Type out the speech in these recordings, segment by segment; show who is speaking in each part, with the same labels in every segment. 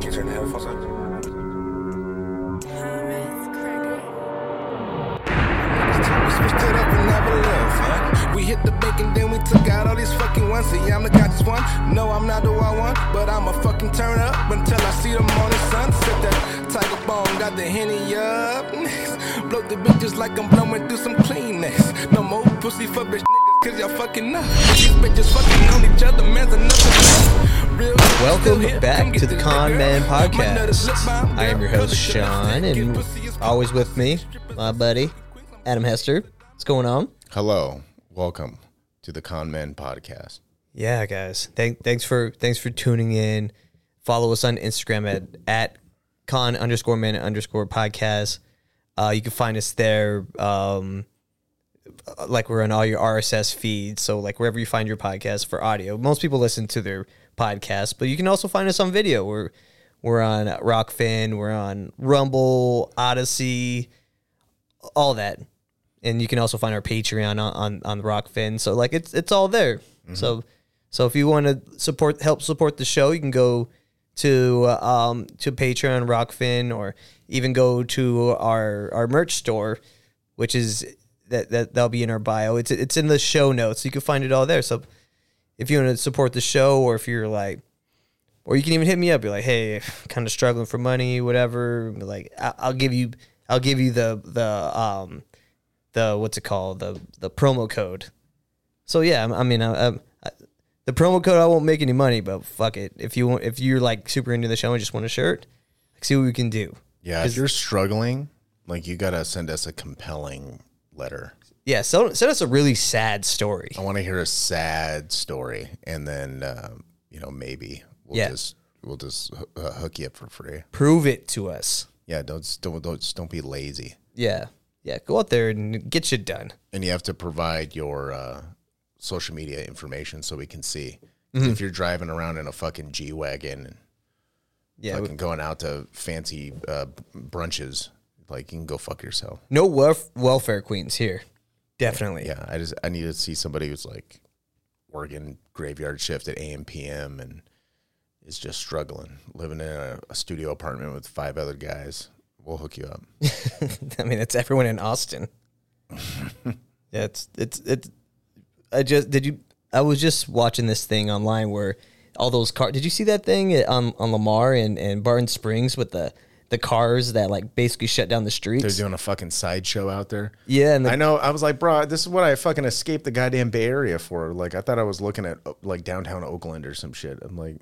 Speaker 1: facet.
Speaker 2: We stood up and never left, huh? We hit the bank and then we took out all these fucking ones. See, I'm the guy just one. No, I'm not the wild one, but I'ma fucking turn up until I see the morning sun. Set that tiger bone, got the henny up. Blow the bitches like I'm blowing through some Kleenex. No more pussy for bitch niggas, cause y'all fucking up. These bitches fucking on each other, man's another Real
Speaker 3: Welcome back to the Con Man Podcast. I am your host, Sean, and always with me, Uh, my buddy, Adam Hester. What's going on?
Speaker 4: Hello, welcome to the Con Man Podcast.
Speaker 3: Yeah, guys. Thank, thanks for thanks for tuning in. Follow us on Instagram at at con underscore man underscore podcast. Uh, you can find us there. Um, like we're on all your RSS feeds, so like wherever you find your podcast for audio. Most people listen to their podcast, but you can also find us on video. We're we're on Rockfin, we're on Rumble, Odyssey, all that, and you can also find our Patreon on on, on Rockfin. So like it's it's all there. So so if you want to support help support the show, you can go to uh, um to Patreon, Rockfin, or even go to our our merch store, which is that that that'll be in our bio. It's it's in the show notes. You can find it all there. So if you want to support the show, or if you're like, or you can even hit me up. You're like, hey, kind of struggling for money, whatever. Like I- I'll give you I'll give you the the um the what's it called the the promo code. So yeah, I, I mean, I, I, I, the promo code I won't make any money, but fuck it. If you want, if you're like super into the show and just want a shirt, see what we can do.
Speaker 4: Yeah, if you're struggling, like you gotta send us a compelling letter.
Speaker 3: Yeah, so send us a really sad story.
Speaker 4: I want to hear a sad story, and then um, you know maybe we'll
Speaker 3: Yeah.
Speaker 4: just we'll just hoo- uh, hook you up for free.
Speaker 3: Prove it to us.
Speaker 4: Yeah, don't s- don't don't just don't be lazy,
Speaker 3: Yeah, yeah. Go out there and get shit done.
Speaker 4: and you have to provide your uh, social media information so we can see. 'Cause
Speaker 3: Mm-hmm.
Speaker 4: If you're driving around in a fucking G wagon and
Speaker 3: Yeah.
Speaker 4: fucking going out to fancy uh, brunches, like you can go fuck yourself.
Speaker 3: No welf- welfare queens here. Definitely.
Speaker 4: yeah, I just I need to see somebody who's like working graveyard shift at AM PM and is just struggling, living in a, a studio apartment with five other guys. We'll hook you up.
Speaker 3: I mean, it's everyone in Austin. yeah, it's it's it's. I just did you. I was just watching this thing online where all those car. Did you see that thing on on Lamar and and Barton Springs with the the cars that like basically shut down the
Speaker 4: They're
Speaker 3: streets?
Speaker 4: doing a fucking sideshow out there.
Speaker 3: Yeah, and the,
Speaker 4: I know. I was like, bro, this is what I fucking escaped the goddamn Bay Area for. Like, I thought I was looking at uh, like downtown Oakland or some shit. I'm like,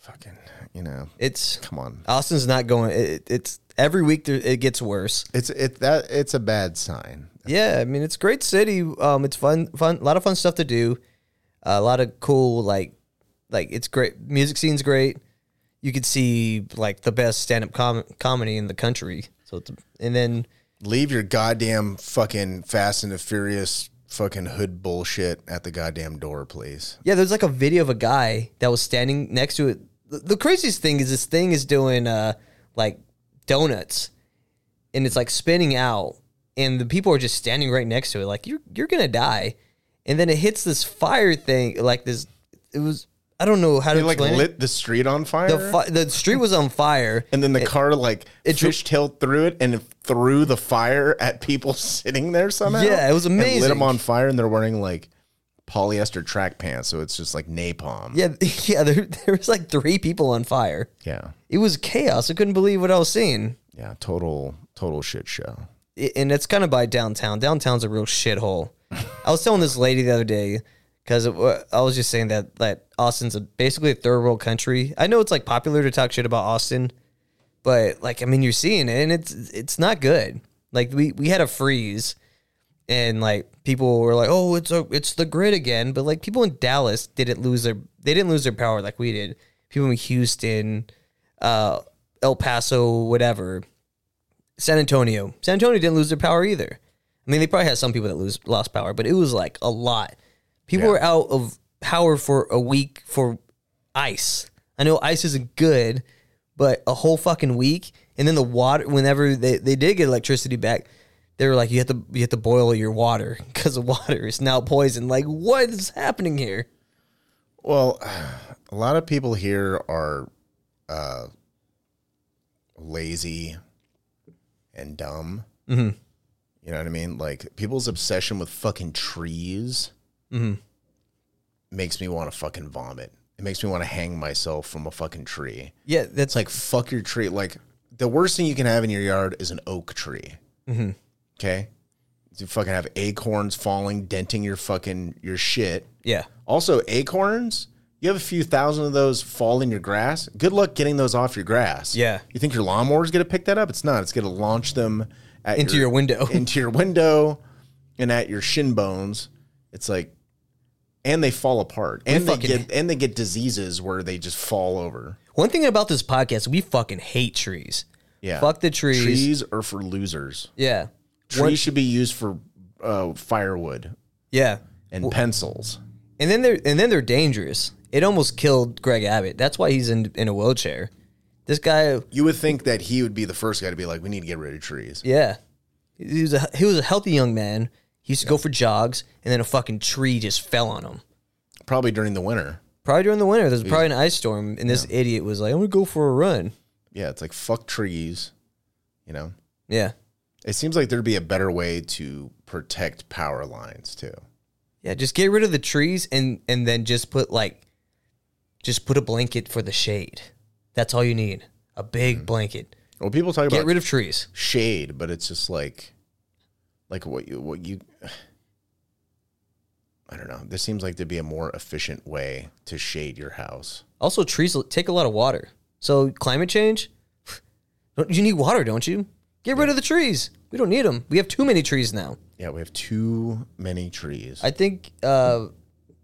Speaker 4: fucking, you know,
Speaker 3: it's
Speaker 4: come on.
Speaker 3: Austin's not going. It, it's every week there, it gets worse.
Speaker 4: It's it that it's a bad sign.
Speaker 3: Yeah, I mean it's a great city. Um, it's fun, fun, a lot of fun stuff to do. Uh, a lot of cool, like, like it's great. Music scene's great. You could see like the best stand up com- comedy in the country. So it's, and then
Speaker 4: Leave your goddamn fucking Fast and the Furious fucking hood bullshit at the goddamn door, please.
Speaker 3: yeah, there's like a video of a guy that was standing next to it. The, the craziest thing is this thing is doing uh like donuts, and it's like spinning out, and the people are just standing right next to it, like you're you're gonna die, and then it hits this fire thing, like this. It was I don't know how to
Speaker 4: They like
Speaker 3: explain it.
Speaker 4: lit the street on fire.
Speaker 3: The fi- the street was on fire.
Speaker 4: and then the car like
Speaker 3: it dro-
Speaker 4: fishtailed through it and it threw the fire at people sitting there somehow.
Speaker 3: Yeah, it was
Speaker 4: And lit
Speaker 3: amazing.
Speaker 4: them on fire, and they're wearing like polyester track pants, so it's just like napalm.
Speaker 3: Yeah, yeah. There, there was like three people on fire.
Speaker 4: yeah,
Speaker 3: It was chaos. I couldn't believe what I was seeing.
Speaker 4: yeah. Total, total shit show.
Speaker 3: I- and it's kind of by downtown. Downtown's a real shithole. I was telling this lady the other day because I was just saying that that Austin's a, basically a third world country. I know it's like popular to talk shit about Austin, but like I mean, you're seeing it, and it's it's not good. Like we we had a freeze, and like people were like, "Oh, it's a, it's the grid again." But like people in Dallas didn't lose their they didn't lose their power like we did. People in Houston, uh, El Paso, whatever. San Antonio. San Antonio didn't lose their power either. I mean, they probably had some people that lose lost power, but it was like a lot. People
Speaker 4: Yeah.
Speaker 3: were out of power for a week for ice. I know ice isn't good, but a whole fucking week, and then the water. Whenever they, they did get electricity back, they were like, you have to you have to boil your water because the water is now poison. Like, what is happening here?
Speaker 4: Well, a lot of people here are uh, lazy and dumb. You know what I mean? Like people's obsession with fucking trees makes me want to fucking vomit. It makes me want to hang myself from a fucking tree.
Speaker 3: Yeah, that's
Speaker 4: It's like fuck your tree. Like the worst thing you can have in your yard is an oak tree. Okay, you fucking have acorns falling, denting your fucking your shit.
Speaker 3: yeah.
Speaker 4: Also, acorns. You have a few thousand of those fall in your grass. Good luck getting those off your grass.
Speaker 3: Yeah.
Speaker 4: You think your lawnmower's gonna pick that up? It's not. It's gonna launch them at
Speaker 3: Into your window.
Speaker 4: into your window, and at your shin bones. It's like, and they fall apart, and they
Speaker 3: fucking-
Speaker 4: get and they get diseases where they just fall over.
Speaker 3: One thing about this podcast, we fucking hate trees.
Speaker 4: Yeah.
Speaker 3: Fuck the trees.
Speaker 4: Trees are for losers.
Speaker 3: Yeah.
Speaker 4: Trees should be used for uh, firewood
Speaker 3: Yeah.
Speaker 4: and pencils.
Speaker 3: And then they're and then they're dangerous. It almost killed Greg Abbott. That's why he's in in a wheelchair. This guy,
Speaker 4: You would think that he would be the first guy to be like, we need to get rid of trees.
Speaker 3: yeah, he was a he was a healthy young man. He used to go for jogs, and then a fucking tree just fell on him.
Speaker 4: Probably during the winter.
Speaker 3: Probably during the winter, there's probably an ice storm, and this idiot was like, "I'm gonna go for a run."
Speaker 4: Yeah, it's like fuck trees. You know,
Speaker 3: Yeah,
Speaker 4: it seems like there'd be a better way to protect power lines too.
Speaker 3: yeah. Just get rid of the trees, and and then just put like, just put a blanket for the shade. That's all you need. A big blanket.
Speaker 4: Well, people talk
Speaker 3: Get
Speaker 4: about
Speaker 3: rid of trees.
Speaker 4: shade, but it's just like, like what you what you. I don't know. This seems like there'd be a more efficient way to shade your house.
Speaker 3: Also, trees l- take a lot of water. So climate change, don't you need water? Don't you? Get rid of the trees. We don't need them. We have too many trees now.
Speaker 4: Yeah, we have too many trees.
Speaker 3: I think uh,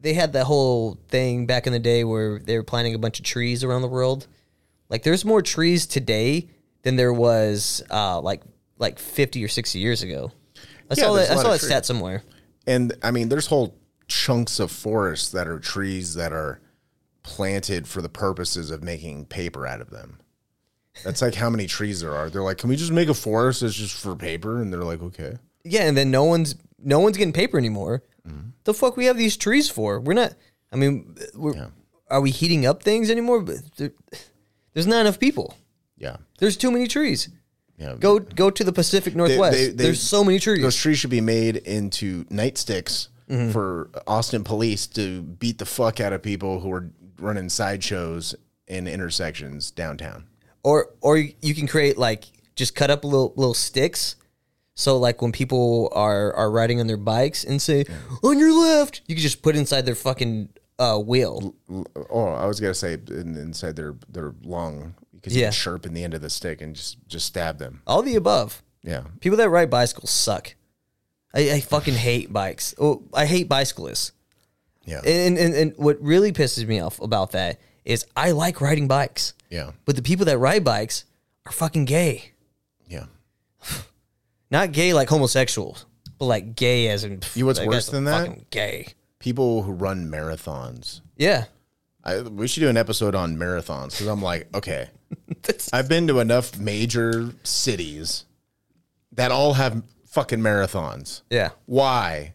Speaker 3: they had that whole thing back in the day where they were planting a bunch of trees around the world. Like, there's more trees today than there was uh, like like 50 or 60 years ago. I
Speaker 4: Yeah,
Speaker 3: saw
Speaker 4: there's
Speaker 3: that.
Speaker 4: a
Speaker 3: I
Speaker 4: lot
Speaker 3: saw that
Speaker 4: of
Speaker 3: stat somewhere.
Speaker 4: and I mean, there's whole chunks of forests that are trees that are planted for the purposes of making paper out of them. That's like how many trees there are. They're like, can we just make a forest that's just for paper? And they're like, okay.
Speaker 3: Yeah, and then no one's no one's getting paper anymore.
Speaker 4: Mm-hmm.
Speaker 3: The fuck we have these trees for? We're not. I mean, we're, are we heating up things anymore? But there, there's not enough people.
Speaker 4: Yeah.
Speaker 3: There's too many trees.
Speaker 4: Yeah.
Speaker 3: Go go to the Pacific Northwest.
Speaker 4: they- they-
Speaker 3: there's so many trees.
Speaker 4: Those trees should be made into nightsticks for Austin police to beat the fuck out of people who are running sideshows in intersections downtown.
Speaker 3: or or you can create like just cut up little little sticks. So like when people are are riding on their bikes and say on your left, you can just put inside their fucking uh, wheel.
Speaker 4: Oh, I was gonna say in, inside their their lung because you
Speaker 3: Yeah.
Speaker 4: can chirp in the end of the stick and just just stab them.
Speaker 3: All the above.
Speaker 4: Yeah,
Speaker 3: People that ride bicycles suck. I, I fucking hate bikes. Oh, I hate bicyclists.
Speaker 4: yeah,
Speaker 3: And, and and what really pisses me off about that is I like riding bikes,
Speaker 4: yeah,
Speaker 3: but the people that ride bikes are fucking gay.
Speaker 4: yeah.
Speaker 3: Not gay like homosexual, but like gay as in.
Speaker 4: You know what's
Speaker 3: like,
Speaker 4: worse
Speaker 3: that's
Speaker 4: than that?
Speaker 3: Fucking gay.
Speaker 4: People who run marathons.
Speaker 3: Yeah.
Speaker 4: I, we should do an episode on marathons because I'm like, okay, I've been to enough major cities that all have fucking marathons.
Speaker 3: Yeah.
Speaker 4: Why?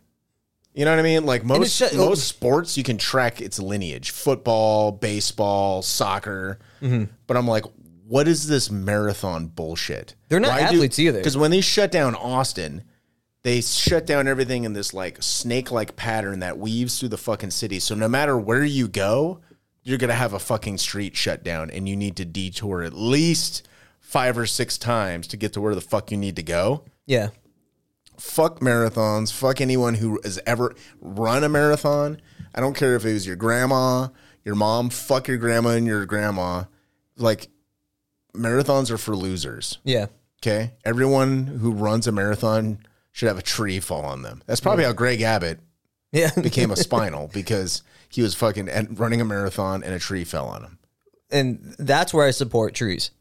Speaker 4: You know what I mean? Like most
Speaker 3: it's oh. ju-
Speaker 4: most sports, you can track its lineage: football, baseball, soccer.
Speaker 3: Mm-hmm.
Speaker 4: But I'm like, what is this marathon bullshit?
Speaker 3: They're not athletes either.
Speaker 4: Because when they shut down Austin, they shut down everything in this like snake-like pattern that weaves through the fucking city. So no matter where you go, you're gonna have a fucking street shut down, and you need to detour at least five or six times to get to where the fuck you need to go
Speaker 3: Yeah.
Speaker 4: fuck marathons. Fuck anyone who has ever run a marathon. I don't care if it was your grandma, your mom. Fuck your grandma and your grandma. Like, marathons are for losers.
Speaker 3: Yeah.
Speaker 4: Okay. Everyone who runs a marathon should have a tree fall on them. That's probably how Greg Abbott
Speaker 3: Yeah.
Speaker 4: became a spinal because he was fucking at- running a marathon and a tree fell on him.
Speaker 3: and that's where I support trees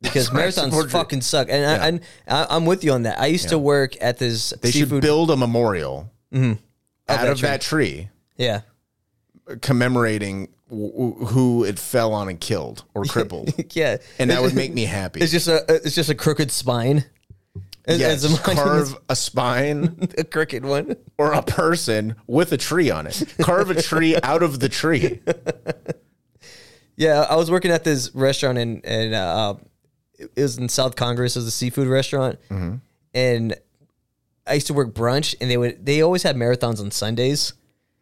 Speaker 3: because
Speaker 4: where I
Speaker 3: marathons
Speaker 4: support trees.
Speaker 3: fucking suck. And I, and I, I'm with you on that. I used to work at this
Speaker 4: They should
Speaker 3: seafood.
Speaker 4: build Mm-hmm. a memorial out
Speaker 3: that
Speaker 4: of that tree
Speaker 3: yeah.
Speaker 4: commemorating w- w- who it fell on and killed or crippled.
Speaker 3: Yeah.
Speaker 4: and that would make me happy.
Speaker 3: It's just a uh, it's just a crooked spine. As,
Speaker 4: yeah,
Speaker 3: as a
Speaker 4: just
Speaker 3: monument,
Speaker 4: carve a spine
Speaker 3: a crooked one.
Speaker 4: or a person with a tree on it. Carve a tree out of the tree.
Speaker 3: Yeah, I was working at this restaurant and and uh, it was in South Congress. It was a seafood restaurant,
Speaker 4: Mm-hmm.
Speaker 3: and I used to work brunch, and they would they always had marathons on Sundays.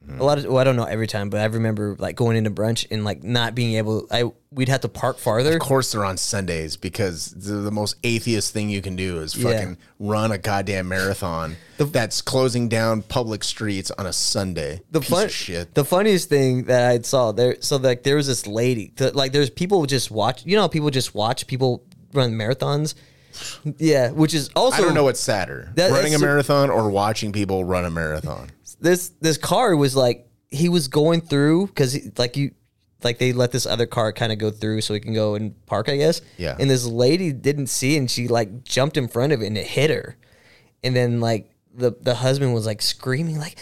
Speaker 3: A lot of well, I don't know every time, but I remember like going into brunch and like not being able. I we'd have to park farther.
Speaker 4: Of course, they're on Sundays because the, the most atheist thing you can do is fucking run a goddamn marathon that's closing down public streets on a Sunday.
Speaker 3: the
Speaker 4: Piece
Speaker 3: fun,
Speaker 4: of shit.
Speaker 3: the funniest thing that I saw there. So like there was this lady. that like there's people who just watch. You know, how people just watch people run marathons. Yeah, which is also
Speaker 4: I don't know what's sadder,
Speaker 3: That-
Speaker 4: running a
Speaker 3: that's-
Speaker 4: marathon or watching people run a marathon.
Speaker 3: this this car was like he was going through because like you like they let this other car kind of go through so he can go and park i guess
Speaker 4: Yeah.
Speaker 3: and this lady didn't see and she like jumped in front of it and it hit her and then like the the husband was like screaming like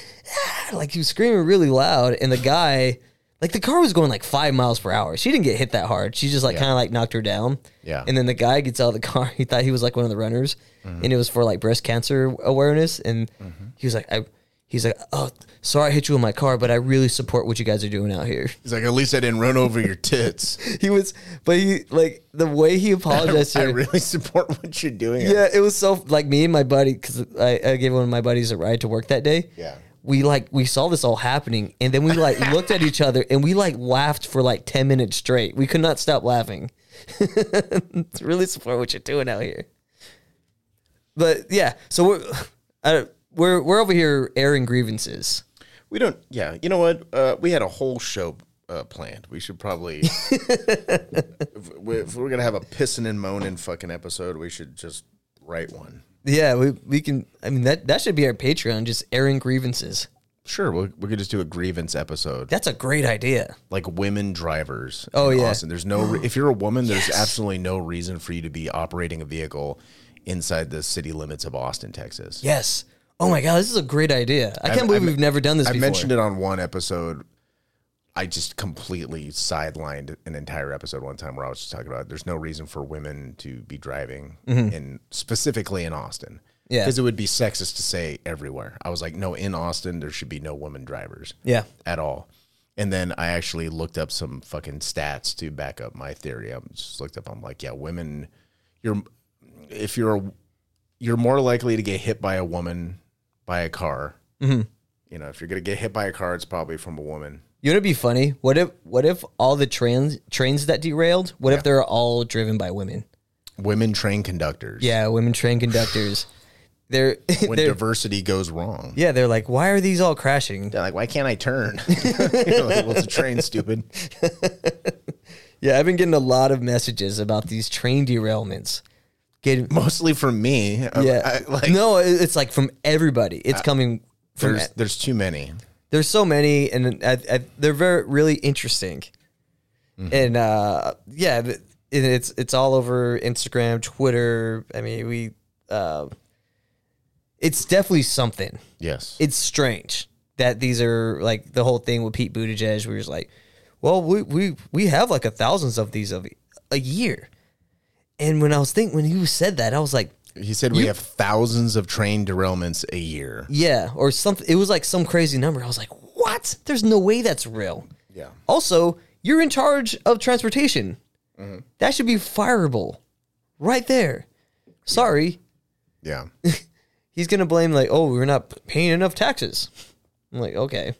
Speaker 3: "Ah," like he was screaming really loud and the guy like the car was going like five miles per hour she didn't get hit that hard she just like kind of like knocked her down
Speaker 4: Yeah. Mm-hmm.
Speaker 3: and then the guy gets out of the car he thought he was like one of the runners and it was for like breast cancer awareness and he was like i he's like oh sorry i hit you in my car but i really support what you guys are doing out here
Speaker 4: He's like, at least I didn't run over your tits.
Speaker 3: he was but he like the way he apologized to
Speaker 4: I
Speaker 3: her-
Speaker 4: really support what you're doing.
Speaker 3: Yeah, it was so like me and my buddy because I, I gave one of my buddies a ride to work that day.
Speaker 4: Yeah.
Speaker 3: we like we saw this all happening, and then we like looked at each other and we like laughed for like ten minutes straight. We could not stop laughing. it's really support what you're doing out here. But yeah, so we're I, we're we're over here airing grievances.
Speaker 4: We don't. Yeah, you know what? Uh, we had a whole show uh, planned. We should probably. if, we, if we're gonna have a pissing and moaning fucking episode, we should just write one.
Speaker 3: Yeah, we we can. I mean that that should be our Patreon, just airing grievances.
Speaker 4: Sure, we'll, we could just do a grievance episode,
Speaker 3: That's a great idea.
Speaker 4: like women drivers.
Speaker 3: Oh,
Speaker 4: in
Speaker 3: yeah.
Speaker 4: Austin. There's no. Re- if you're a woman, there's absolutely no reason for you to be operating a vehicle inside the city limits of Austin, Texas.
Speaker 3: Yes. Oh my god, this is a great idea. I can't believe
Speaker 4: I-
Speaker 3: we've never done this
Speaker 4: I
Speaker 3: before.
Speaker 4: mentioned it on one episode. I just completely sidelined an entire episode one time where I was just talking about there's no reason for women to be driving, in specifically in Austin.
Speaker 3: Mm-hmm. Yeah.
Speaker 4: because it would be sexist to say everywhere. I was like, no, in Austin there should be no women drivers.
Speaker 3: Yeah.
Speaker 4: at all. And then I actually looked up some fucking stats to back up my theory. I just looked up. I'm like, yeah, women, you're if you're a, you're more likely to get hit by a woman by a car.
Speaker 3: Mm-hmm.
Speaker 4: You know, if you're gonna get hit by a car, it's probably from a woman.
Speaker 3: You know, it'd be funny. What if what if all the trains trains that derailed? What if they're all driven by women?
Speaker 4: Women train conductors.
Speaker 3: Yeah, women train conductors. they're
Speaker 4: When
Speaker 3: they're
Speaker 4: diversity goes wrong.
Speaker 3: yeah. They're like, why are these all crashing?
Speaker 4: They're like, why can't I turn? You're like, well, it's a train, stupid.
Speaker 3: Yeah, I've been getting a lot of messages about these train derailments. Getting
Speaker 4: Mostly from me. I-
Speaker 3: yeah,
Speaker 4: I- like,
Speaker 3: no, it- it's like from everybody. It's coming from
Speaker 4: there's there's too many.
Speaker 3: there's so many and I, I, they're very really interesting and uh yeah th- and it's it's all over instagram twitter i mean we uh it's definitely something
Speaker 4: Yes.
Speaker 3: it's strange that these are like the whole thing with pete buttigieg where he's like well we we we have like a thousands of these of a year and when i was thinking when he said that i was like
Speaker 4: he said we have thousands of train derailments a year.
Speaker 3: yeah or something it was like some crazy number i was like what there's no way that's real
Speaker 4: Yeah.
Speaker 3: Also, you're in charge of transportation. That should be fireable right there. Sorry.
Speaker 4: Yeah.
Speaker 3: He's going to blame, like, oh, we're not paying enough taxes. I'm like, okay.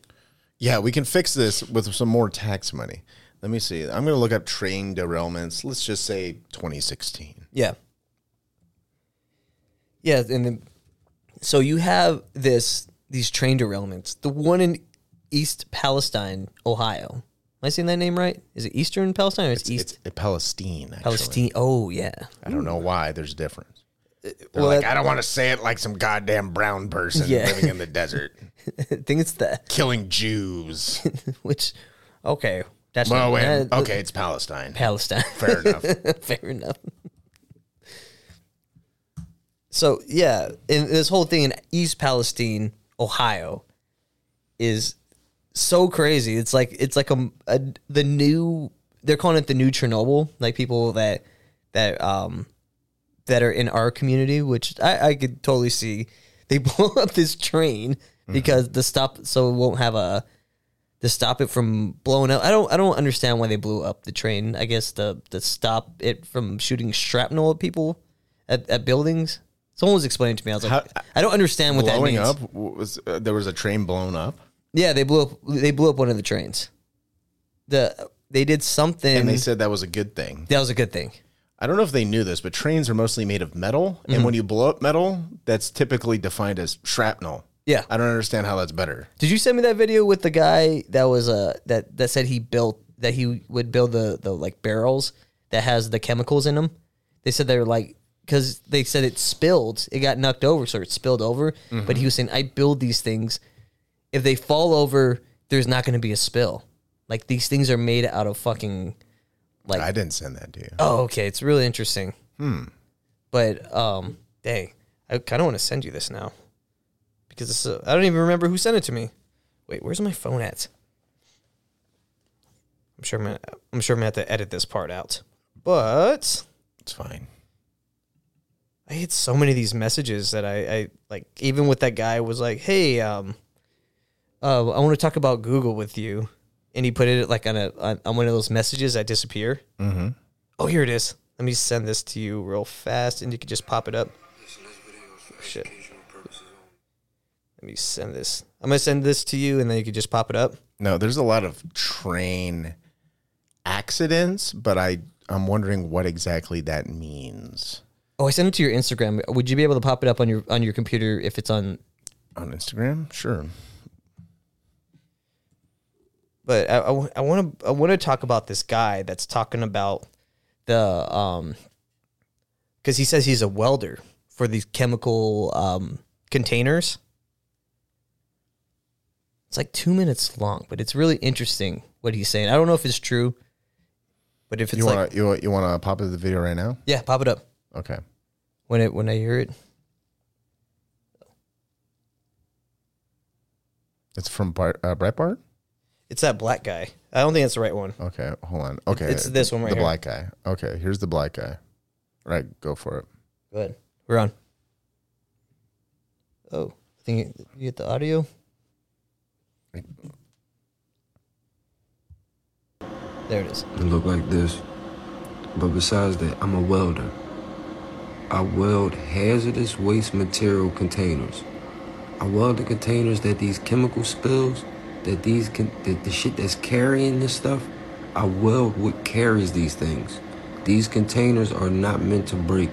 Speaker 4: Yeah, we can fix this with some more tax money. Let me see. I'm going to look up train derailments. Let's just say 2016.
Speaker 3: Yeah. Yeah. And then, so you have this, these train derailments. The one in East Palestine, Ohio. Am I saying that name right? Is it Eastern Palestine or it's, East
Speaker 4: It's a Palestine. Actually.
Speaker 3: Palestine? Oh, yeah.
Speaker 4: I don't know why there's a difference. They're
Speaker 3: well,
Speaker 4: like,
Speaker 3: that-
Speaker 4: I don't want to say it like some goddamn brown person
Speaker 3: Yeah.
Speaker 4: living in the desert,
Speaker 3: I think it's that,
Speaker 4: killing Jews.
Speaker 3: which, okay. That's
Speaker 4: Well, wait,
Speaker 3: that-
Speaker 4: okay, it's Palestine.
Speaker 3: Palestine.
Speaker 4: Fair enough.
Speaker 3: Fair enough. So yeah, and this whole thing in East Palestine, Ohio, is so crazy. It's like it's like a, a the new they're calling it the new Chernobyl. Like people that that um that are in our community, which I, I could totally
Speaker 4: Mm-hmm.
Speaker 3: see. They blow up this train because the stop so it won't have a to stop it from blowing up. I don't I don't understand why they blew up the train. I guess to to stop it from shooting shrapnel at people at, at buildings. Someone was explaining to me. I was like,
Speaker 4: How-
Speaker 3: I don't understand what that
Speaker 4: blowing
Speaker 3: means.
Speaker 4: up w- was uh, there was a train blown up
Speaker 3: Yeah, they blew up. They blew up one of the trains. The they did something.
Speaker 4: and they said that was a good thing.
Speaker 3: that was a good thing.
Speaker 4: I don't know if they knew this, but trains are mostly made of metal,
Speaker 3: Mm-hmm.
Speaker 4: and when you blow up metal, that's typically defined as shrapnel.
Speaker 3: Yeah.
Speaker 4: I don't understand how that's better.
Speaker 3: Did you send me that video with the guy that was uh that that said he built that he would build the the like barrels that has the chemicals in them? They said they were like because they said it spilled, it got knocked over, so it spilled over.
Speaker 4: Mm-hmm.
Speaker 3: But he was saying, I build these things. If they fall over, there's not going to be a spill. Like these things are made out of fucking.
Speaker 4: I didn't send that to you.
Speaker 3: Oh, okay. It's really interesting. Hmm. But um, dang, I kind of want to send you this now because this is, I don't even remember who sent it to me. Wait, where's my phone at? I'm sure I'm gonna, I'm sure I'm gonna have to edit this part out. But
Speaker 4: It's fine.
Speaker 3: I get so many of these messages that I, I like even with that guy was like, Hey, um uh, I want to talk about Google with you. And he put it like on a on, on one of those messages that disappear. Mm-hmm. Oh, here it is. Let me send this to you real fast and you can just pop it up. Shit. Let me send this. I'm gonna send this to you and then you can just pop it up.
Speaker 4: No, there's a lot of train accidents, but I I'm wondering what exactly that means
Speaker 3: Oh, I sent it to your Instagram. Would you be able to pop it up on your on your computer if it's on
Speaker 4: on Instagram. Sure.
Speaker 3: but I want to I want to talk about this guy that's talking about the um because he says he's a welder for these chemical um containers. It's like two minutes long, but it's really interesting what he's saying. I don't know if it's true, but if it's
Speaker 4: you
Speaker 3: like
Speaker 4: want to you, wa- you want to pop up the video right now?
Speaker 3: yeah, pop it up
Speaker 4: Okay.
Speaker 3: when it when I hear it.
Speaker 4: It's from Bar- uh, Breitbart.
Speaker 3: It's that black guy. I don't think that's the right one.
Speaker 4: Okay, hold on. Okay,
Speaker 3: it's this one right
Speaker 4: The
Speaker 3: here.
Speaker 4: black guy. Okay, here's the black guy. Right, go for it.
Speaker 3: Go ahead. We're on. Oh, I think you get the audio. There it is.
Speaker 1: It look like this. But besides that, I'm a welder. I weld hazardous waste material containers. I weld the containers that these chemical spills, that these can, that the shit that's carrying this stuff, I weld what carries these things. These containers are not meant to break.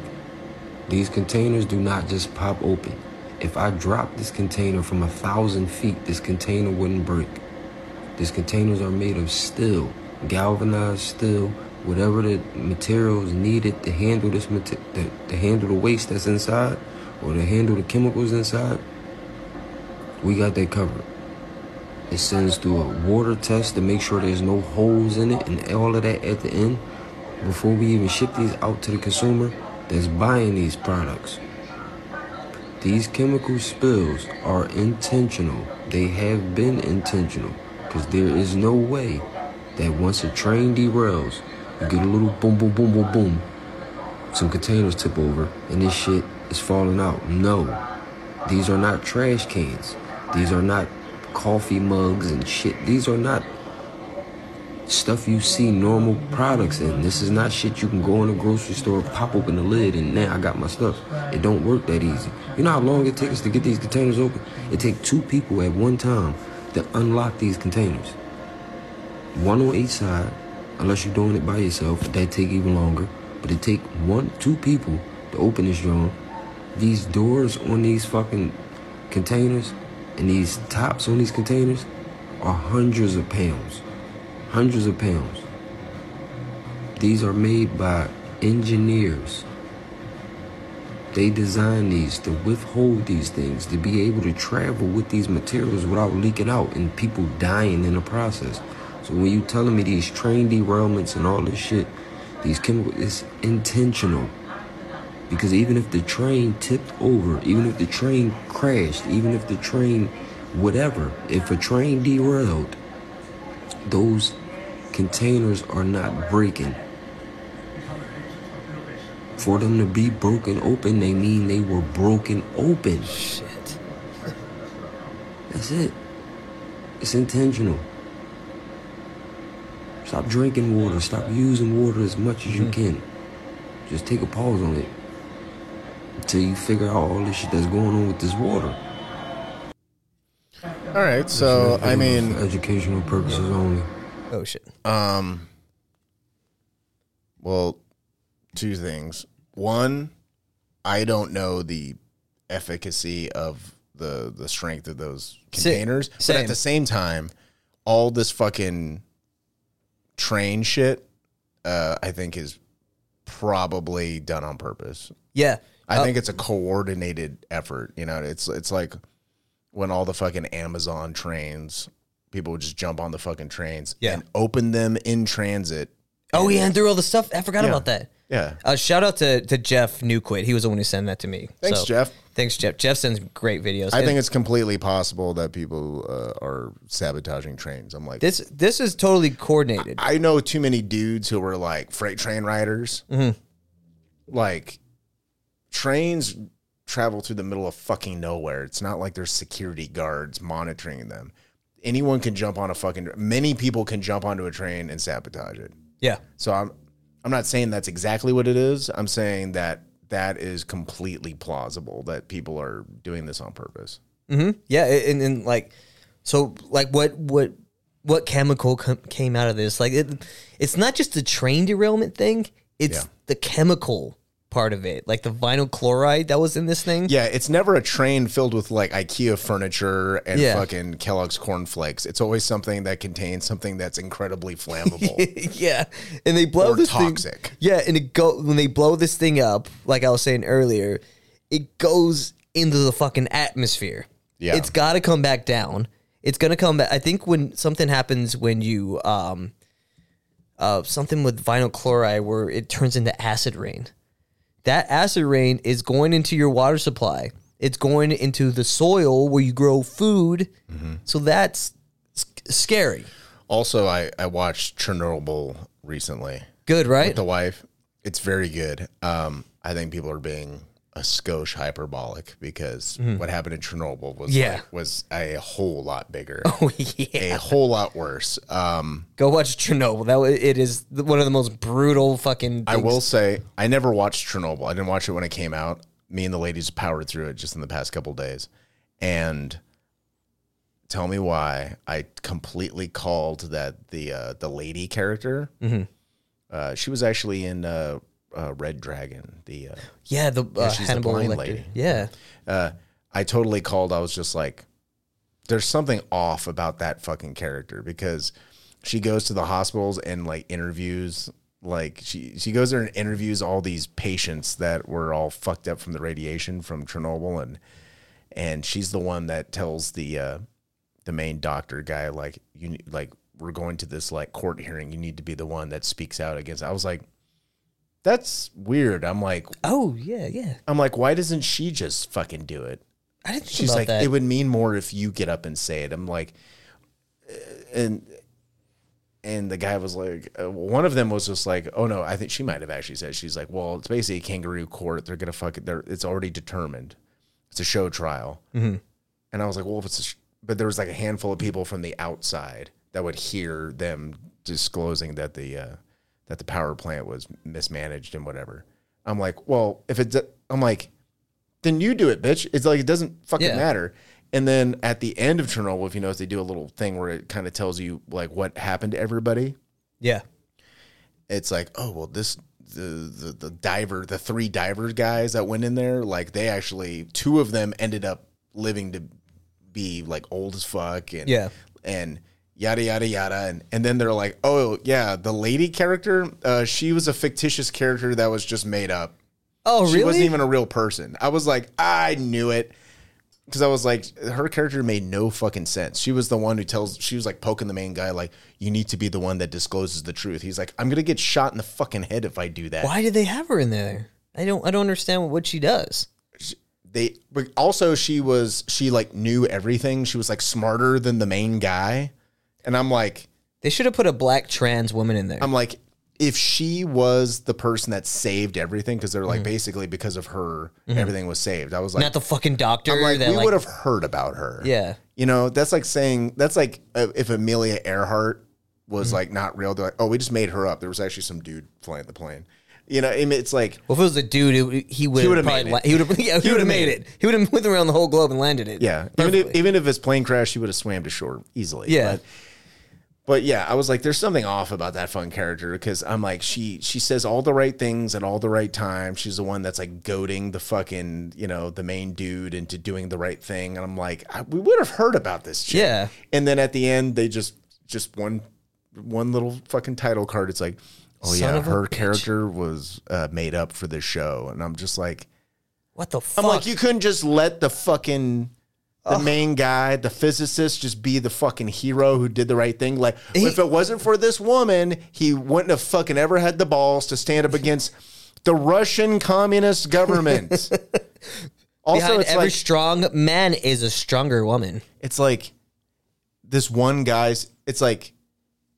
Speaker 1: These containers do not just pop open. If I drop this container from a thousand feet, this container wouldn't break. These containers are made of steel, galvanized steel, whatever the materials needed to handle this mate- to, to handle the waste that's inside, or to handle the chemicals inside. We got that covered. It sends through a water test to make sure there's no holes in it and all of that at the end before we even ship these out to the consumer that's buying these products. These chemical spills are intentional. They have been intentional because there is no way that once a train derails, you get a little boom, boom, boom, boom, boom, some containers tip over and this shit is falling out. No, these are not trash cans. These are not coffee mugs and shit. These are not stuff you see normal products in. This is not shit you can go in a grocery store, pop open the lid, and now I got my stuff. It don't work that easy. You know how long it takes to get these containers open? It takes two people at one time to unlock these containers. One on each side, unless you're doing it by yourself, that take even longer. But it take one, two people to open this joint. These doors on these fucking containers and these tops on these containers are hundreds of pounds hundreds of pounds. These are made by engineers. They design these to withhold these things, to be able to travel with these materials without leaking out and people dying in the process. So when you telling me these train derailments and all this shit, these chemical it's intentional. Because even if the train tipped over, even if the train crashed, even if the train whatever, if a train derailed, those containers are not breaking. For them to be broken open, they mean they were broken open.
Speaker 3: Shit.
Speaker 1: That's it. It's intentional. Stop drinking water. Stop using water as much as you can. Just take a pause on it until you figure out all this shit that's going on with this water.
Speaker 4: All right, so Uh, I mean,
Speaker 1: for educational purposes only.
Speaker 3: Oh shit.
Speaker 4: Um. Well, two things. One, I don't know the efficacy of the the strength of those
Speaker 3: Sa-
Speaker 4: containers, but
Speaker 3: same.
Speaker 4: at the same time, all this fucking train shit, uh, I think is probably done on purpose.
Speaker 3: Yeah. Oh,
Speaker 4: I think it's a coordinated effort. You know, it's it's like when all the fucking Amazon trains, people would just jump on the fucking trains
Speaker 3: Yeah.
Speaker 4: and open them in transit.
Speaker 3: Oh yeah, and through all the stuff, I forgot
Speaker 4: Yeah.
Speaker 3: about that.
Speaker 4: Yeah.
Speaker 3: Uh, shout out to, to Jeff Newquit. He was the one who sent that to me.
Speaker 4: Thanks,
Speaker 3: So,
Speaker 4: Jeff.
Speaker 3: Thanks, Jeff. Jeff sends great videos.
Speaker 4: I
Speaker 3: And
Speaker 4: think it's completely possible that people uh, are sabotaging trains. I'm like,
Speaker 3: this this is totally coordinated.
Speaker 4: I know too many dudes who were like freight train riders.
Speaker 3: Mm-hmm.
Speaker 4: Like, trains travel through the middle of fucking nowhere. It's not like there's security guards monitoring them. Anyone can jump on a fucking. Many people can jump onto a train and sabotage it.
Speaker 3: yeah.
Speaker 4: So I'm, I'm not saying that's exactly what it is. I'm saying that that is completely plausible that people are doing this on purpose.
Speaker 3: Mm-hmm. Yeah, a- and, and like, so like, what what what chemical com- came out of this? Like, it, it's not just the train derailment thing; it's
Speaker 4: Yeah.
Speaker 3: the chemical part of it, like the vinyl chloride that was in this thing.
Speaker 4: Yeah, it's never a train filled with like IKEA furniture and
Speaker 3: Yeah.
Speaker 4: fucking Kellogg's cornflakes. It's always something that contains something that's incredibly flammable.
Speaker 3: yeah, and they blow
Speaker 4: Or
Speaker 3: this
Speaker 4: toxic.
Speaker 3: Thing, yeah, and it go when they blow this thing up, like I was saying earlier, it goes into the fucking atmosphere.
Speaker 4: Yeah.
Speaker 3: it's got to come back down. It's gonna come back. I think when something happens when you um, uh, something with vinyl chloride where it turns into acid rain. That acid rain is going into your water supply. It's going into the soil where you grow food.
Speaker 4: Mm-hmm.
Speaker 3: So that's s- scary.
Speaker 4: also, I, I watched Chernobyl recently.
Speaker 3: Good, right?
Speaker 4: The wife, it's very good. Um, I think people are being a skosh hyperbolic because what happened in Chernobyl was
Speaker 3: Mm-hmm. Yeah.
Speaker 4: like- was a whole lot bigger,
Speaker 3: Oh yeah.
Speaker 4: a whole lot worse. Um,
Speaker 3: Go watch Chernobyl. That wa- it is th- one of the most brutal fucking. Things.
Speaker 4: I will say I never watched Chernobyl. I didn't watch it when it came out. Me and the ladies powered through it just in the past couple days. And tell me why I completely called that the uh, the lady character. Uh, she was actually in uh, uh, Red Dragon. The uh,
Speaker 3: Yeah, the uh,
Speaker 4: she's the
Speaker 3: Hannibal
Speaker 4: blind
Speaker 3: Lecter.
Speaker 4: lady.
Speaker 3: Yeah,
Speaker 4: uh, I totally called. I was just like, there's something off about that fucking character because she goes to the hospitals and like interviews like she she goes there and interviews all these patients that were all fucked up from the radiation from Chernobyl and and she's the one that tells the uh the main doctor guy like you ne- like we're going to this like court hearing you need to be the one that speaks out against I was like that's weird I'm like
Speaker 3: Oh yeah, yeah.
Speaker 4: I'm like why doesn't she just fucking do it
Speaker 3: I didn't think
Speaker 4: She's
Speaker 3: about
Speaker 4: like,
Speaker 3: that.
Speaker 4: it would mean more if you get up and say it. I'm like, uh, and and the guy was like, uh, one of them was just like, oh no, I think she might have actually said she's like, well, it's basically a kangaroo court. They're gonna fuck it. They're it's already determined. It's a show trial. And I was like, well, if it's a sh-, but there was like a handful of people from the outside that would hear them disclosing that the uh, that the power plant was mismanaged and whatever. I'm like, well, if it, I'm like, then you do it, bitch. It's like it doesn't fucking
Speaker 3: Yeah.
Speaker 4: matter. And then at the end of Chernobyl, if you notice, they do a little thing where it kind of tells you like what happened to everybody
Speaker 3: yeah,
Speaker 4: it's like, oh well, this the, the the diver, the three diver guys that went in there, like they actually two of them ended up living to be like old as fuck, and
Speaker 3: Yeah.
Speaker 4: and yada yada yada, and and then they're like, oh yeah, the lady character, uh, she was a fictitious character that was just made up.
Speaker 3: Oh
Speaker 4: She
Speaker 3: really?
Speaker 4: wasn't even a real person. I was like, I knew it. Because I was like, her character made no fucking sense. She was the one who tells, she was like poking the main guy, like, you need to be the one that discloses the truth. He's like, I'm going to get shot in the fucking head if I do that.
Speaker 3: Why did they have her in there? I don't. I don't understand what she does.
Speaker 4: They, but also, she was, she like knew everything. She was like smarter than the main guy. And I'm like,
Speaker 3: They should have put a black trans woman in there.
Speaker 4: I'm like, if she was the person that saved everything, because they're like, basically, because of her, everything was saved. I was like,
Speaker 3: Mm-hmm. Not the fucking doctor.
Speaker 4: I'm like,
Speaker 3: that
Speaker 4: we
Speaker 3: like,
Speaker 4: would have heard about her.
Speaker 3: Yeah.
Speaker 4: You know, that's like saying that's like uh, if Amelia Earhart was like not real. They're like, oh, we just made her up. There was actually some dude flying the plane. You know, and it's like
Speaker 3: Well, if it was a dude, it, would- he would
Speaker 4: would've
Speaker 3: have probably
Speaker 4: made it.
Speaker 3: la- he would have yeah, he would have made it. He would have went around the whole globe and landed it.
Speaker 4: Yeah, even if,
Speaker 3: Perfectly.
Speaker 4: even if his plane crashed, he would have swam to shore easily.
Speaker 3: Yeah.
Speaker 4: but, but yeah, I was like, there's something off about that fun character because I'm like, she she says all the right things at all the right time. She's the one that's like goading the fucking you know the main dude into doing the right thing, and I'm like, I, we would have heard about this. Shit.
Speaker 3: Yeah.
Speaker 4: and then at the end, they just just one one little fucking title card. It's like, oh
Speaker 3: Son
Speaker 4: yeah,
Speaker 3: of a
Speaker 4: her
Speaker 3: bitch.
Speaker 4: character was uh, made up for this show, and I'm just like.
Speaker 3: What the fuck?
Speaker 4: I'm like, you couldn't just let the fucking the main guy, the physicist, just be the fucking hero who did the right thing. Like, if it wasn't for this woman, he wouldn't have fucking ever had the balls to stand up against the Russian communist government. also,
Speaker 3: Behind
Speaker 4: it's
Speaker 3: every
Speaker 4: like
Speaker 3: strong man is a stronger woman.
Speaker 4: it's like this one guy's. It's like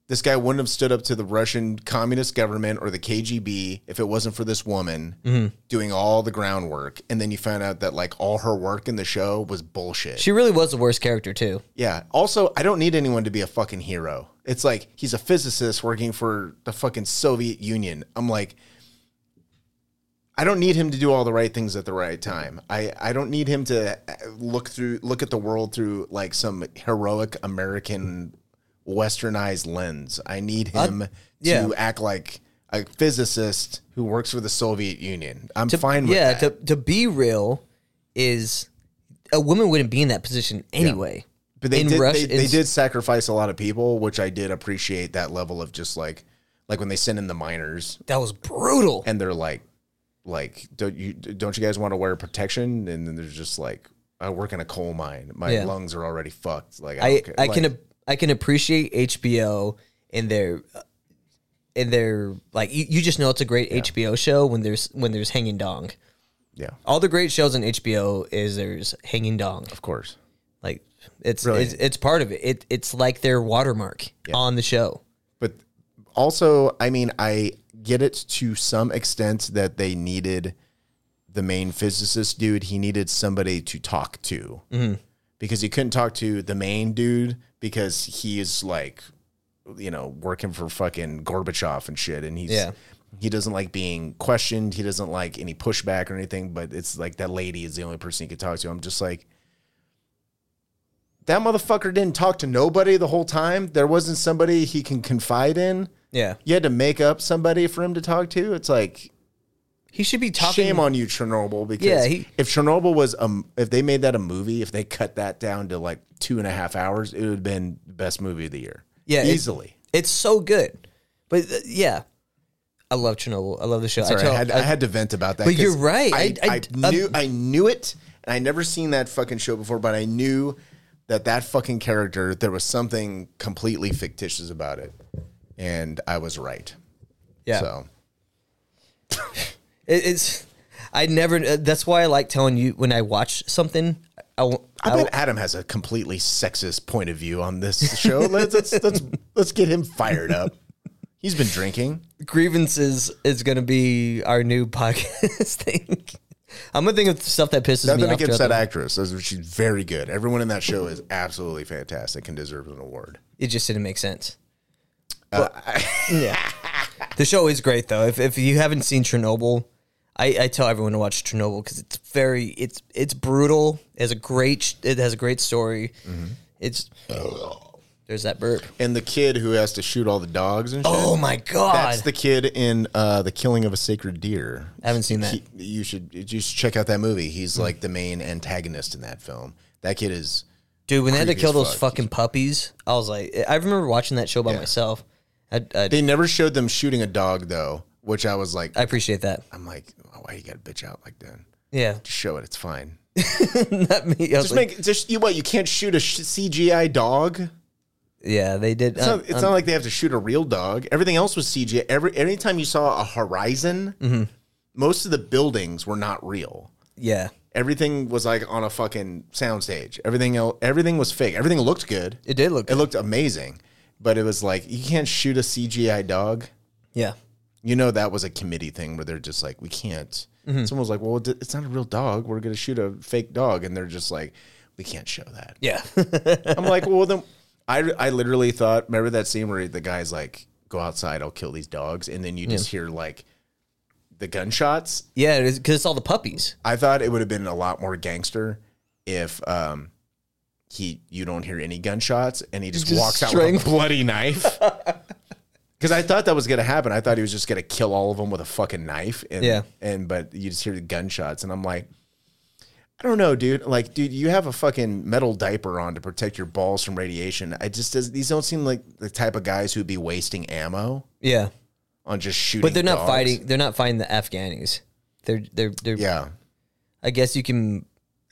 Speaker 4: this guy wouldn't have stood up to the Russian communist government or the KGB if it wasn't for this woman doing all the groundwork. And then you found out that like all her work in the show was bullshit.
Speaker 3: She really was the worst character too.
Speaker 4: yeah. Also, I don't need anyone to be a fucking hero. It's like he's a physicist working for the fucking Soviet Union. I'm like, I don't need him to do all the right things at the right time. I, I don't need him to uh, look through look at the world through like some heroic American westernized lens. I need him
Speaker 3: yeah.
Speaker 4: to act like a physicist who works for the Soviet Union. I'm fine with
Speaker 3: yeah,
Speaker 4: that.
Speaker 3: to to be real is a woman wouldn't be in that position anyway.
Speaker 4: But they
Speaker 3: in
Speaker 4: did
Speaker 3: Rush-
Speaker 4: they, they
Speaker 3: in-
Speaker 4: did sacrifice a lot of people, which I did appreciate that level of just like like when they send in the miners
Speaker 3: That was brutal.
Speaker 4: and they're like like don't you don't you guys want to wear protection? And then they're just like I work in a coal mine. My
Speaker 3: Yeah.
Speaker 4: lungs are already fucked. Like
Speaker 3: I
Speaker 4: don't care.
Speaker 3: I
Speaker 4: Like,
Speaker 3: can I can appreciate HBO in their uh, in their like you, you just know it's a great HBO show when there's when there's hanging dong.
Speaker 4: yeah,
Speaker 3: All the great shows on HBO is there's hanging dong.
Speaker 4: of course.
Speaker 3: Like it's
Speaker 4: Really?
Speaker 3: it's, it's part of it. it. It's like their watermark on the show.
Speaker 4: But also, I mean, I get it to some extent that they needed the main physicist dude. He needed somebody to talk to because he couldn't talk to the main dude because he is like, you know, working for fucking Gorbachev and shit. And he's,
Speaker 3: Yeah.
Speaker 4: he doesn't like being questioned. He doesn't like any pushback or anything, but it's like that lady is the only person he could talk to. I'm just like, that motherfucker didn't talk to nobody the whole time. There wasn't somebody he can confide in.
Speaker 3: Yeah,
Speaker 4: You had to make up somebody for him to talk to. It's like
Speaker 3: he should be talking.
Speaker 4: shame on you, Chernobyl. Because
Speaker 3: Yeah, he-
Speaker 4: if Chernobyl was um, if they made that a movie, if they cut that down to like two and a half hours, it would have been the best movie of the year.
Speaker 3: Yeah, it-
Speaker 4: easily.
Speaker 3: It's so good, but uh, yeah, I love Chernobyl. I love the show.
Speaker 4: Sorry, I,
Speaker 3: tell-
Speaker 4: had, I, had to vent about that.
Speaker 3: But
Speaker 4: 'cause
Speaker 3: you're right.
Speaker 4: I, I,
Speaker 3: I- uh, I-
Speaker 4: knew I knew it, and I never seen that fucking show before. But I knew that that fucking character, there was something completely fictitious about it, and I was right.
Speaker 3: yeah.
Speaker 4: So
Speaker 3: It, it's I never. uh, That's why I like telling you when I watch something. I, won't-
Speaker 4: I,
Speaker 3: I
Speaker 4: bet
Speaker 3: won't-
Speaker 4: Adam has a completely sexist point of view on this show. let's, let's let's let's get him fired up. He's been drinking.
Speaker 3: grievances is going to be our new podcast thing. I'm gonna think of stuff that pisses
Speaker 4: Nothing
Speaker 3: me off.
Speaker 4: against
Speaker 3: throughout
Speaker 4: that
Speaker 3: the-
Speaker 4: actress. Those- She's very good. Everyone in that show is absolutely fantastic and deserves an award.
Speaker 3: It just didn't make sense.
Speaker 4: Uh,
Speaker 3: Yeah. the show is great though. If if you haven't seen Chernobyl, I, I tell everyone to watch Chernobyl because it's very it's it's brutal. It has a great sh- it has a great story.
Speaker 4: Mm-hmm.
Speaker 3: It's there's that burp.
Speaker 4: And the kid who has to shoot all the dogs and shit.
Speaker 3: Oh my god!
Speaker 4: That's the kid in uh, the Killing of a Sacred Deer.
Speaker 3: I haven't seen that.
Speaker 4: He- you should you should check out that movie. He's like the main antagonist in that film. That kid is
Speaker 3: Dude, when they had to
Speaker 4: creepy
Speaker 3: kill those
Speaker 4: as fuck.
Speaker 3: fucking puppies, I was like, I remember watching that show by myself. I, I,
Speaker 4: They never showed them shooting a dog though, which I was like,
Speaker 3: I appreciate that.
Speaker 4: I'm like, why you got to bitch out like that?
Speaker 3: Yeah,
Speaker 4: Just show it. It's fine.
Speaker 3: not me. I was
Speaker 4: Just
Speaker 3: like,
Speaker 4: make just you what you can't shoot a sh- CGI dog. It's,
Speaker 3: yeah, they did. uh,
Speaker 4: not, it's not like they have to shoot a real dog. Everything else was CGI. Every anytime you saw a horizon, most of the buildings were not real.
Speaker 3: yeah,
Speaker 4: Everything was like on a fucking soundstage. Everything else, everything was fake. Everything looked good.
Speaker 3: it did look.
Speaker 4: It looked amazing, but it was like you can't shoot a CGI dog.
Speaker 3: yeah,
Speaker 4: you know that was a committee thing where they're just like we can't someone's like well d- it's not a real dog we're going to shoot a fake dog and they're just like we can't show that
Speaker 3: yeah.
Speaker 4: i'm like well then I I literally thought. Remember that scene where the guy's like, "Go outside, I'll kill these dogs," and then you just hear like the gunshots.
Speaker 3: Yeah, because it's, all the puppies.
Speaker 4: I thought it would have been a lot more gangster if um he you don't hear any gunshots and he just,
Speaker 3: just
Speaker 4: walks out with a
Speaker 3: strangled.
Speaker 4: bloody knife. Because I thought that was gonna happen. I thought he was just gonna kill all of them with a fucking knife. And,
Speaker 3: Yeah.
Speaker 4: And but you just hear the gunshots, and I'm like, I don't know, dude. Like, dude, you have a fucking metal diaper on to protect your balls from radiation. I just does these don't seem like the type of guys who'd be wasting ammo
Speaker 3: Yeah,
Speaker 4: on just shooting.
Speaker 3: but they're not
Speaker 4: dogs.
Speaker 3: fighting. They're not fighting the Afghanis. They're they're they're.
Speaker 4: Yeah.
Speaker 3: I guess you can.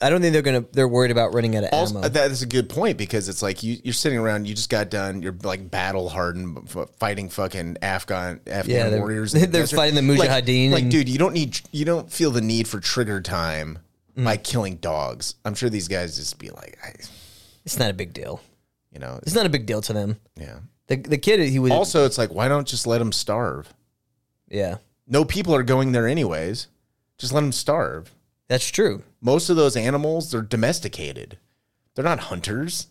Speaker 3: I don't think they're gonna. They're worried about running out of
Speaker 4: Also,
Speaker 3: ammo.
Speaker 4: that is a good point because it's like you, you're sitting around, you just got done, you're like battle hardened, f- fighting fucking Afghan Afghan
Speaker 3: Yeah, they're-
Speaker 4: warriors. in the
Speaker 3: they're
Speaker 4: desert.
Speaker 3: fighting the
Speaker 4: Like-
Speaker 3: Mujahideen
Speaker 4: Like,
Speaker 3: and-
Speaker 4: dude, you don't need, you don't feel the need for trigger time
Speaker 3: Mm.
Speaker 4: by killing dogs. I'm sure these guys just be like, I,
Speaker 3: it's not a big deal.
Speaker 4: you know,
Speaker 3: It's not a big deal to them.
Speaker 4: yeah.
Speaker 3: The the kid he was
Speaker 4: Also, it's like, why don't just let them starve?
Speaker 3: yeah.
Speaker 4: No people are going there anyways. Just let them starve.
Speaker 3: That's true.
Speaker 4: Most of those animals, they're domesticated. They're not hunters.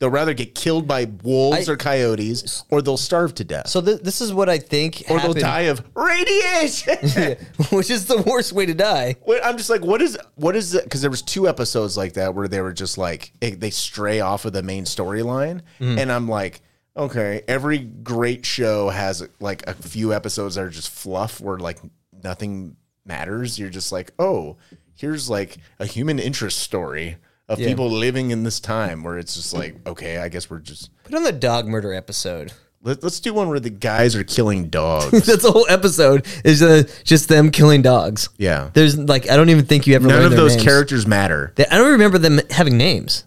Speaker 4: They'll rather get killed by wolves
Speaker 3: I-
Speaker 4: or coyotes, or they'll starve to death.
Speaker 3: So th- this is what I think
Speaker 4: or
Speaker 3: happened,
Speaker 4: they'll die of radiation.
Speaker 3: which is the worst way to die.
Speaker 4: Wait, I'm just like, what is what is it? Because there was two episodes like that where they were just like eh, they stray off of the main storyline,
Speaker 3: Mm-hmm.
Speaker 4: and I'm like, okay, every great show has like a few episodes that are just fluff where like nothing matters. You're just like, oh, here's like a human interest story of people living in this time where it's just like, okay, I guess we're just
Speaker 3: Put on the dog murder episode.
Speaker 4: let, let's do one where the guys are killing dogs.
Speaker 3: That's the whole episode is uh, just them killing dogs.
Speaker 4: yeah,
Speaker 3: There's like I don't even think you ever
Speaker 4: none
Speaker 3: learned
Speaker 4: of
Speaker 3: their
Speaker 4: those
Speaker 3: names.
Speaker 4: characters matter.
Speaker 3: They, I don't remember them having names.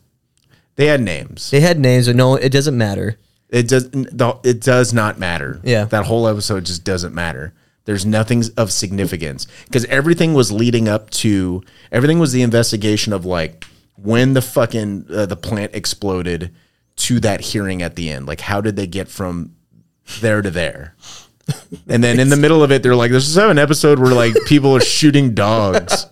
Speaker 4: They had names.
Speaker 3: They had names, but no, it doesn't matter.
Speaker 4: It does. The, it does not matter.
Speaker 3: Yeah.
Speaker 4: that whole episode just doesn't matter. There's nothing of significance because everything was leading up to everything was the investigation of like when the fucking uh, the plant exploded to that hearing at the end. Like, how did they get from there to there? And then in the middle of it, they're like, "There's just an episode where like people are shooting dogs."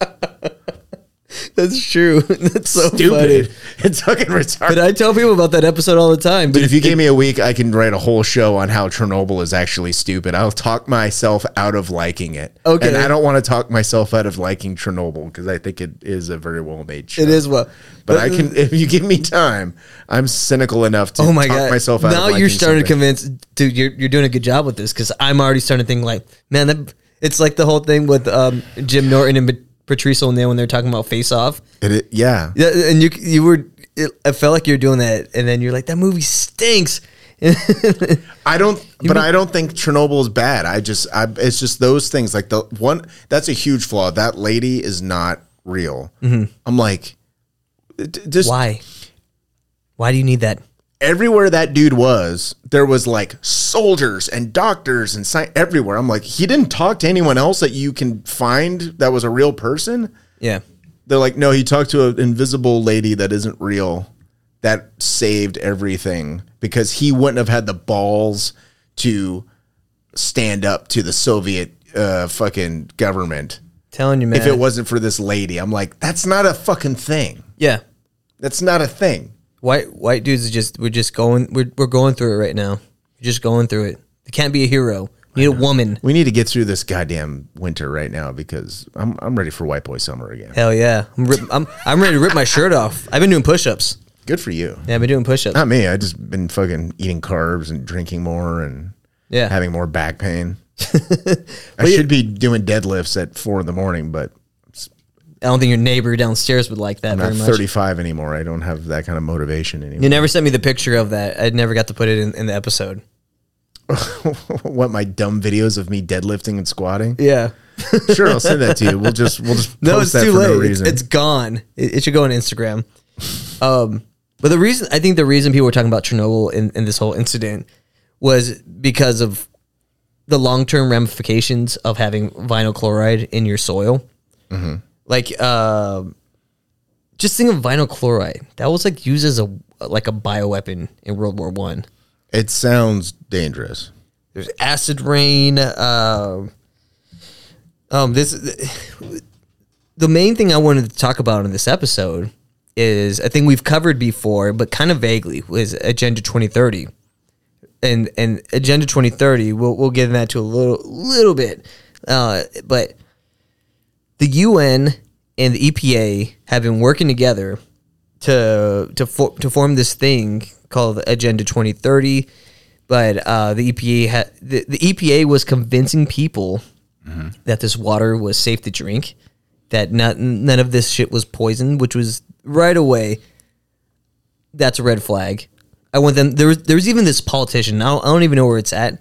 Speaker 3: That's true. That's so
Speaker 4: Stupid. It's fucking retarded.
Speaker 3: But I tell people about that episode all the time. But
Speaker 4: Dude, if you gave me a week, I can write a whole show on how Chernobyl is actually stupid. I'll talk myself out of liking it.
Speaker 3: Okay.
Speaker 4: And I don't want to talk myself out of liking Chernobyl because I think it is a very well made show.
Speaker 3: it is well.
Speaker 4: But I can, if you give me time, I'm cynical enough to
Speaker 3: Oh my
Speaker 4: talk
Speaker 3: god!
Speaker 4: myself out
Speaker 3: now
Speaker 4: of liking
Speaker 3: you're starting to
Speaker 4: something.
Speaker 3: convince, dude. You're you're doing a good job with this because I'm already starting to think like, man, that it's like the whole thing with um, Jim Norton and Pat- Patrice O'Neill when they're talking about Face Off.
Speaker 4: It i- yeah.
Speaker 3: Yeah, and you you were. It, I felt like you were doing that, and then you're like, that movie stinks.
Speaker 4: I don't, but I don't think Chernobyl is bad. I just, I, it's just those things. Like the one, that's a huge flaw. That lady is not real.
Speaker 3: Mm-hmm.
Speaker 4: I'm like, d- d- just
Speaker 3: Why? Why do you need that?
Speaker 4: everywhere that dude was, there was like soldiers and doctors and sci- everywhere. I'm like, he didn't talk to anyone else that you can find that was a real person.
Speaker 3: Yeah.
Speaker 4: They're like, no, he talked to an invisible lady that isn't real. That saved everything because he wouldn't have had the balls to stand up to the Soviet uh, fucking government
Speaker 3: Telling you, man.
Speaker 4: if it wasn't for this lady. I'm like, that's not a fucking thing.
Speaker 3: yeah,
Speaker 4: That's not a thing.
Speaker 3: white white dudes are just we're just going we're we're going through it right now. We're just going through it. You can't be a hero. You need a woman.
Speaker 4: We need to get through this goddamn winter right now because I'm I'm ready for white boy summer again.
Speaker 3: Hell yeah! I'm rip, I'm I'm ready to rip my shirt off. I've been doing push-ups.
Speaker 4: Good for you.
Speaker 3: Yeah, I've been doing push-ups.
Speaker 4: Not me. I just been fucking eating carbs and drinking more and
Speaker 3: yeah,
Speaker 4: having more back pain. I should be doing deadlifts at four in the morning, but
Speaker 3: I don't think your neighbor downstairs would like that
Speaker 4: I'm
Speaker 3: very
Speaker 4: not
Speaker 3: much.
Speaker 4: 35 anymore. I don't have that kind of motivation anymore.
Speaker 3: You never sent me the picture of that. I never got to put it in, in the episode.
Speaker 4: what my dumb videos of me deadlifting and squatting?
Speaker 3: Yeah.
Speaker 4: Sure, I'll send that to you. We'll just we'll just
Speaker 3: No,
Speaker 4: post
Speaker 3: it's
Speaker 4: that
Speaker 3: too
Speaker 4: for
Speaker 3: late.
Speaker 4: no
Speaker 3: It's-
Speaker 4: reason.
Speaker 3: it's gone. It, it should go on Instagram. Um, but the reason I think the reason people were talking about Chernobyl in, in this whole incident was because of the long term ramifications of having vinyl chloride in your soil.
Speaker 4: Mm-hmm.
Speaker 3: Like, um just think of vinyl chloride. That was like used as a like a bioweapon in World War One.
Speaker 4: it sounds dangerous.
Speaker 3: There's acid rain. Um, um, this the main thing I wanted to talk about in this episode is a thing we've covered before, but kind of vaguely, was Agenda 2030. And and Agenda 2030, we'll we'll get into that to a little little bit, uh, but the UN and the EPA have been working together to to for, to form this thing called Agenda 2030. But uh, the EPA ha- the, the EPA was convincing people that this water was safe to drink, that not, none of this shit was poison, which was right away. That's a red flag. I want them. There was there was even this politician. I don't, I don't even know where it's at.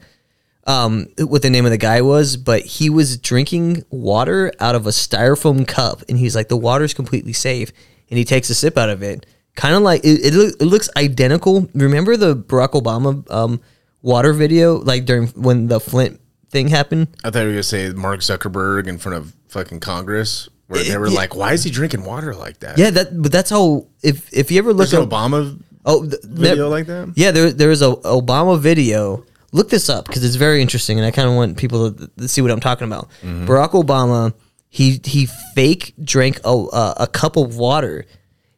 Speaker 3: Um, what the name of the guy was, but he was drinking water out of a styrofoam cup, and he's like, "The water's completely safe." And he takes a sip out of it, kind of like it. It, loo- it looks identical. Remember the Barack Obama um, water video, like during when the Flint thing happened.
Speaker 4: I thought you were gonna say Mark Zuckerberg in front of fucking Congress, where they were like, "Why is he drinking water like that?"
Speaker 3: Eh, Yeah, that but that's how if if you ever look
Speaker 4: There's
Speaker 3: at
Speaker 4: an Obama
Speaker 3: oh th-
Speaker 4: video
Speaker 3: there-
Speaker 4: like that.
Speaker 3: yeah there there is a Obama video. Look this up because it's very interesting, and I kind of want people to, to see what I'm talking about.
Speaker 4: Mm-hmm.
Speaker 3: Barack Obama, he he fake drank a uh, a cup of water.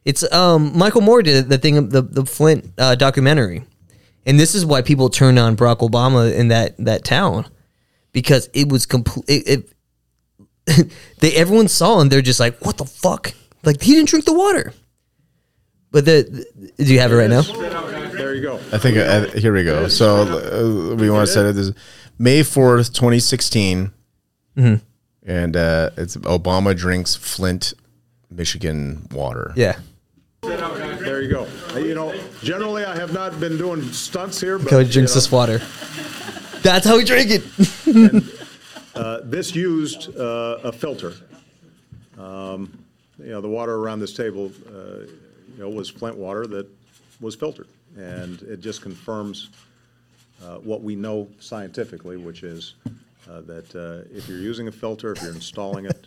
Speaker 3: It's um Michael Moore did the thing the the Flint uh, documentary, and this is why people turned on Barack Obama in that that town because it was complete. It, it, they everyone saw and they're just like, "What the fuck?" Like he didn't drink the water. But the, the- do you have it right now?
Speaker 4: I think I, here we go. So uh, we want to set it this May fourth, twenty
Speaker 3: Mm-hmm.
Speaker 4: and uh, it's Obama drinks Flint, Michigan water.
Speaker 3: Yeah.
Speaker 5: There you go. Uh, You know, generally I have not been doing stunts here, but uh,
Speaker 3: Cody drinks
Speaker 5: you know,
Speaker 3: this water. That's how we drink it.
Speaker 5: uh, this used uh, a filter. Um, you know, the water around this table, uh, you know, was Flint water that was filtered, and it just confirms uh, what we know scientifically, which is uh, that uh, if you're using a filter, if you're installing it,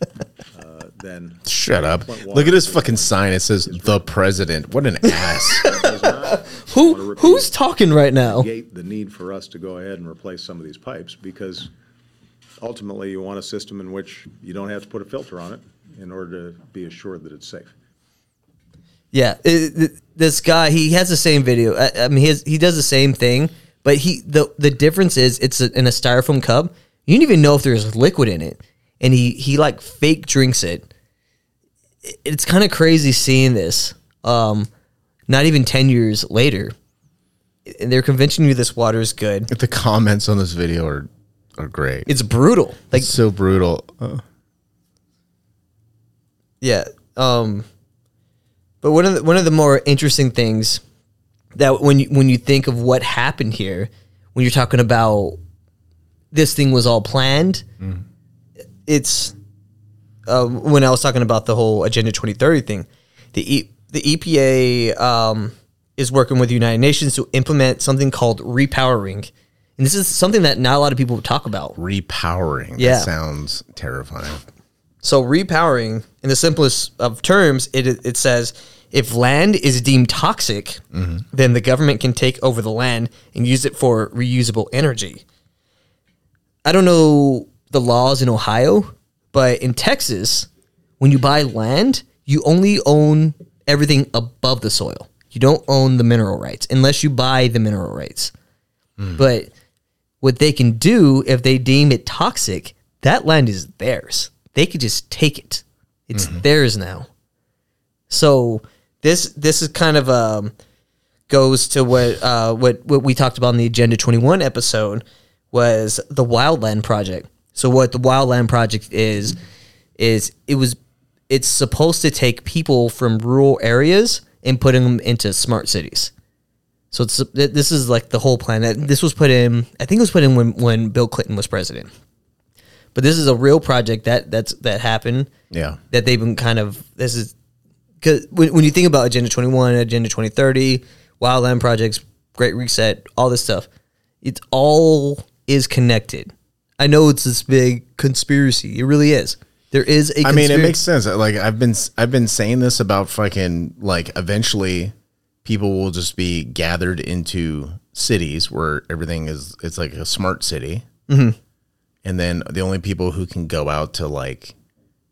Speaker 5: uh, then
Speaker 4: Shut up! Look at his fucking sign. It says "the president." What an ass!
Speaker 5: does not
Speaker 3: Who who's talking right now?
Speaker 5: negate the need for us to go ahead and replace some of these pipes because ultimately you want a system in which you don't have to put a filter on it in order to be assured that it's safe.
Speaker 3: Yeah, it- th- this guy he has the same video. I, I mean, he has, he does the same thing, but he the the difference is it's a, in a styrofoam cup. You don't even know if there's liquid in it, and he he like fake drinks it. It- It's kind of crazy seeing this. Um, not even ten years later, and they're convincing you this water is good.
Speaker 4: the comments on this video are are great.
Speaker 3: It's brutal. Like
Speaker 4: It's so brutal. Uh,
Speaker 3: Yeah. Um, but one of the, one of the more interesting things that when you, when you think of what happened here, when you're talking about this thing was all planned, it's uh, when I was talking about the whole Agenda 2030 thing, the e- the EPA um, is working with the United Nations to implement something called repowering, and this is something that not a lot of people talk about.
Speaker 4: repowering. That
Speaker 3: Yeah.
Speaker 4: sounds terrifying.
Speaker 3: So repowering, in the simplest of terms, it it says if land is deemed toxic, then the government can take over the land and use it for reusable energy. I don't know the laws in Ohio, but in Texas, when you buy land, you only own everything above the soil. You don't own the mineral rights unless you buy the mineral rights. But what they can do if they deem it toxic, that land is theirs. They could just take it. It's theirs now. So this this is kind of um goes to what uh what what we talked about in the Agenda 21 episode was the Wildland Project. So what the Wildland Project is is it was it's supposed to take people from rural areas and putting them into smart cities. So it's th- this is like the whole plan. That This was put in. I think it was put in when, when Bill Clinton was president. But this is a real project that that's that happened.
Speaker 4: Yeah.
Speaker 3: That they've been kind of this is because when, when you think about Agenda 21, Agenda 2030, wildland projects, Great Reset, all this stuff, it's all is connected. I know it's this big conspiracy. It really is. There is a.
Speaker 4: I mean, it
Speaker 3: conspira-
Speaker 4: makes sense. Like I've been I've been saying this about fucking like eventually people will just be gathered into cities where everything is it's like a smart city, mm-hmm. and then the only people who can go out to like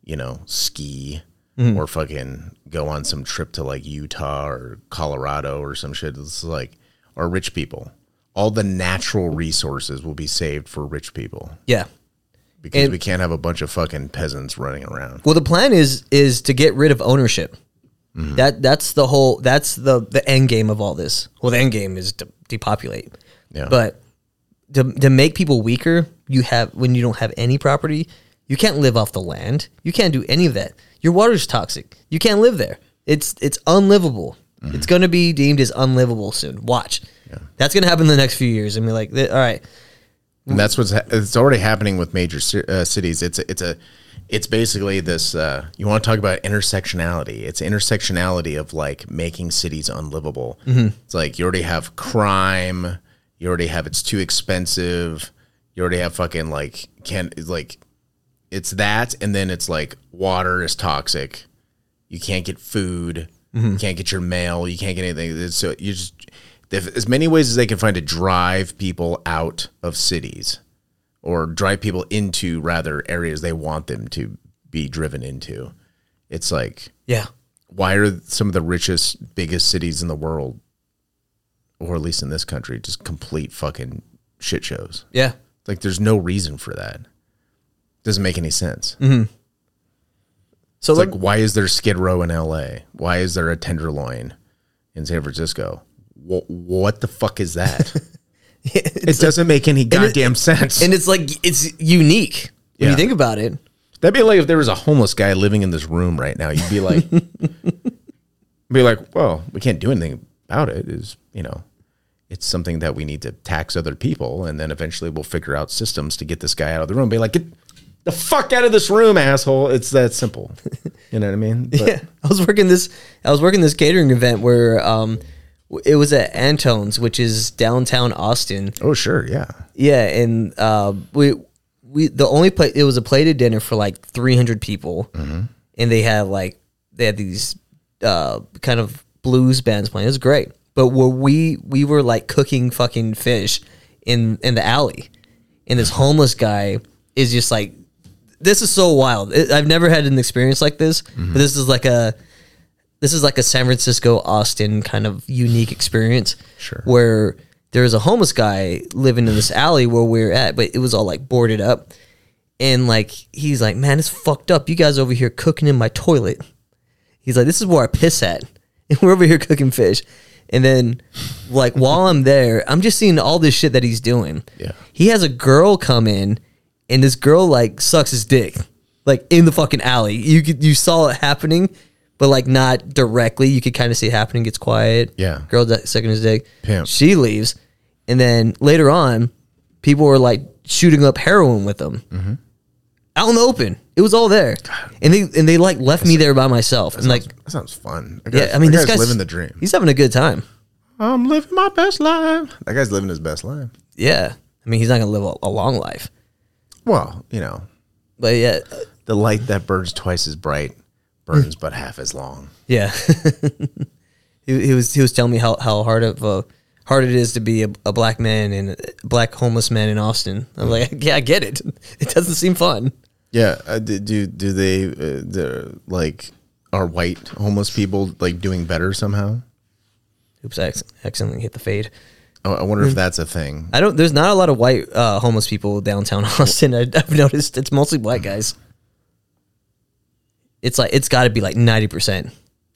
Speaker 4: you know ski or fucking go on some trip to like Utah or Colorado or some shit. It's like, or rich people. All the natural resources will be saved for rich people
Speaker 3: Yeah.
Speaker 4: because
Speaker 3: And-
Speaker 4: we can't have a bunch of fucking peasants running around.
Speaker 3: Well, the plan is is to get rid of ownership.
Speaker 4: Mm-hmm.
Speaker 3: That that's the whole that's the the end game of all this. Well, the end game is to depopulate.
Speaker 4: Yeah.
Speaker 3: But to to make people weaker, you have when you don't have any property, you can't live off the land. You can't do any of that. Your water's toxic. You can't live there. It's it's unlivable.
Speaker 4: Mm-hmm.
Speaker 3: It's going to be deemed as unlivable soon. Watch. That's going to happen in the next few years and be like, all right,
Speaker 4: And that's what's ha- it's already happening with major ci- uh, cities. It's a, it's a it's basically this. Uh, you want to talk about intersectionality? It's intersectionality of like making cities unlivable. It's like you already have crime. You already have it's too expensive. You already have fucking like can like it's that, and then it's like water is toxic. You can't get food. You can't get your mail. You can't get anything. It's- So you just there's as many ways as they can find to drive people out of cities, or drive people into rather areas they want them to be driven into. It's like
Speaker 3: yeah.
Speaker 4: why are some of the richest, biggest cities in the world, or at least in this country, just complete fucking shit shows?
Speaker 3: Yeah.
Speaker 4: Like there's no reason for that. Doesn't make any sense.
Speaker 3: So
Speaker 4: It's
Speaker 3: let,
Speaker 4: like, why is there Skid Row in LA? Why is there a Tenderloin in San Francisco? What, what the fuck is that? it doesn't make any goddamn sense.
Speaker 3: and it's like it's unique when you
Speaker 4: Yeah.
Speaker 3: think about it.
Speaker 4: That'd be like if there was a homeless guy living in this room right now. You'd be like, be like, well, we can't do anything about it. Is you know, it's something that we need to tax other people, and then eventually we'll figure out systems to get this guy out of the room. Be like, get the fuck out of this room, asshole. It's that simple. You know what I mean? But
Speaker 3: yeah, I was working this. I was working this catering event where um, w- it was at Antone's, which is downtown Austin.
Speaker 4: Oh sure, yeah.
Speaker 3: Yeah, and uh, we we the only plate it was a plated dinner for like three hundred people, and they had like they had these uh, kind of blues bands playing. It was great, but where we we were like cooking fucking fish in in the alley, and this homeless guy is just like, this is so wild. It, I've never had an experience like this, but this is like a this is like a San Francisco Austin kind of unique experience.
Speaker 4: Sure.
Speaker 3: Where there was a homeless guy living in this alley where we were at, but it was all like boarded up. And like he's like, Man, it's fucked up. You guys over here cooking in my toilet. He's like, This is where I piss at. And we're over here cooking fish. And then like while I'm there, I'm just seeing all this shit that he's doing.
Speaker 4: Yeah.
Speaker 3: He has a girl come in and this girl like sucks his dick. Like in the fucking alley. You could, you saw it happening, but like not directly. You could kind of see it happening, gets quiet.
Speaker 4: Yeah.
Speaker 3: Girl that sucking his dick.
Speaker 4: Pimp.
Speaker 3: She leaves. And then later on, people were like shooting up heroin with them. Out in the open. It was all there. And they and they like left me there by myself. And like
Speaker 4: That sounds fun. That
Speaker 3: yeah,
Speaker 4: guy's-
Speaker 3: I mean
Speaker 4: that
Speaker 3: this guy's
Speaker 4: living the dream.
Speaker 3: He's having a good time.
Speaker 4: I'm living my best life. That guy's living his best life.
Speaker 3: Yeah. I mean, he's not gonna live a, a long life,
Speaker 4: Well, you know,
Speaker 3: but yeah, uh,
Speaker 4: the light that burns twice as bright burns but half as long.
Speaker 3: yeah. he, he was he was telling me how, how hard of a hard it is to be a, a black man and a black homeless man in Austin. I'm like, yeah, I get it. It doesn't seem fun.
Speaker 4: Yeah, uh, do, do do they uh, they're, like are white homeless people like doing better somehow?
Speaker 3: Oops, I acc- accidentally hit the fade.
Speaker 4: Oh, I
Speaker 3: Hmm.
Speaker 4: wonder if that's a thing.
Speaker 3: I don't. There's not a lot of white uh, homeless people downtown Austin. I, I've noticed it's mostly black guys. It's like it's got to be like ninety percent.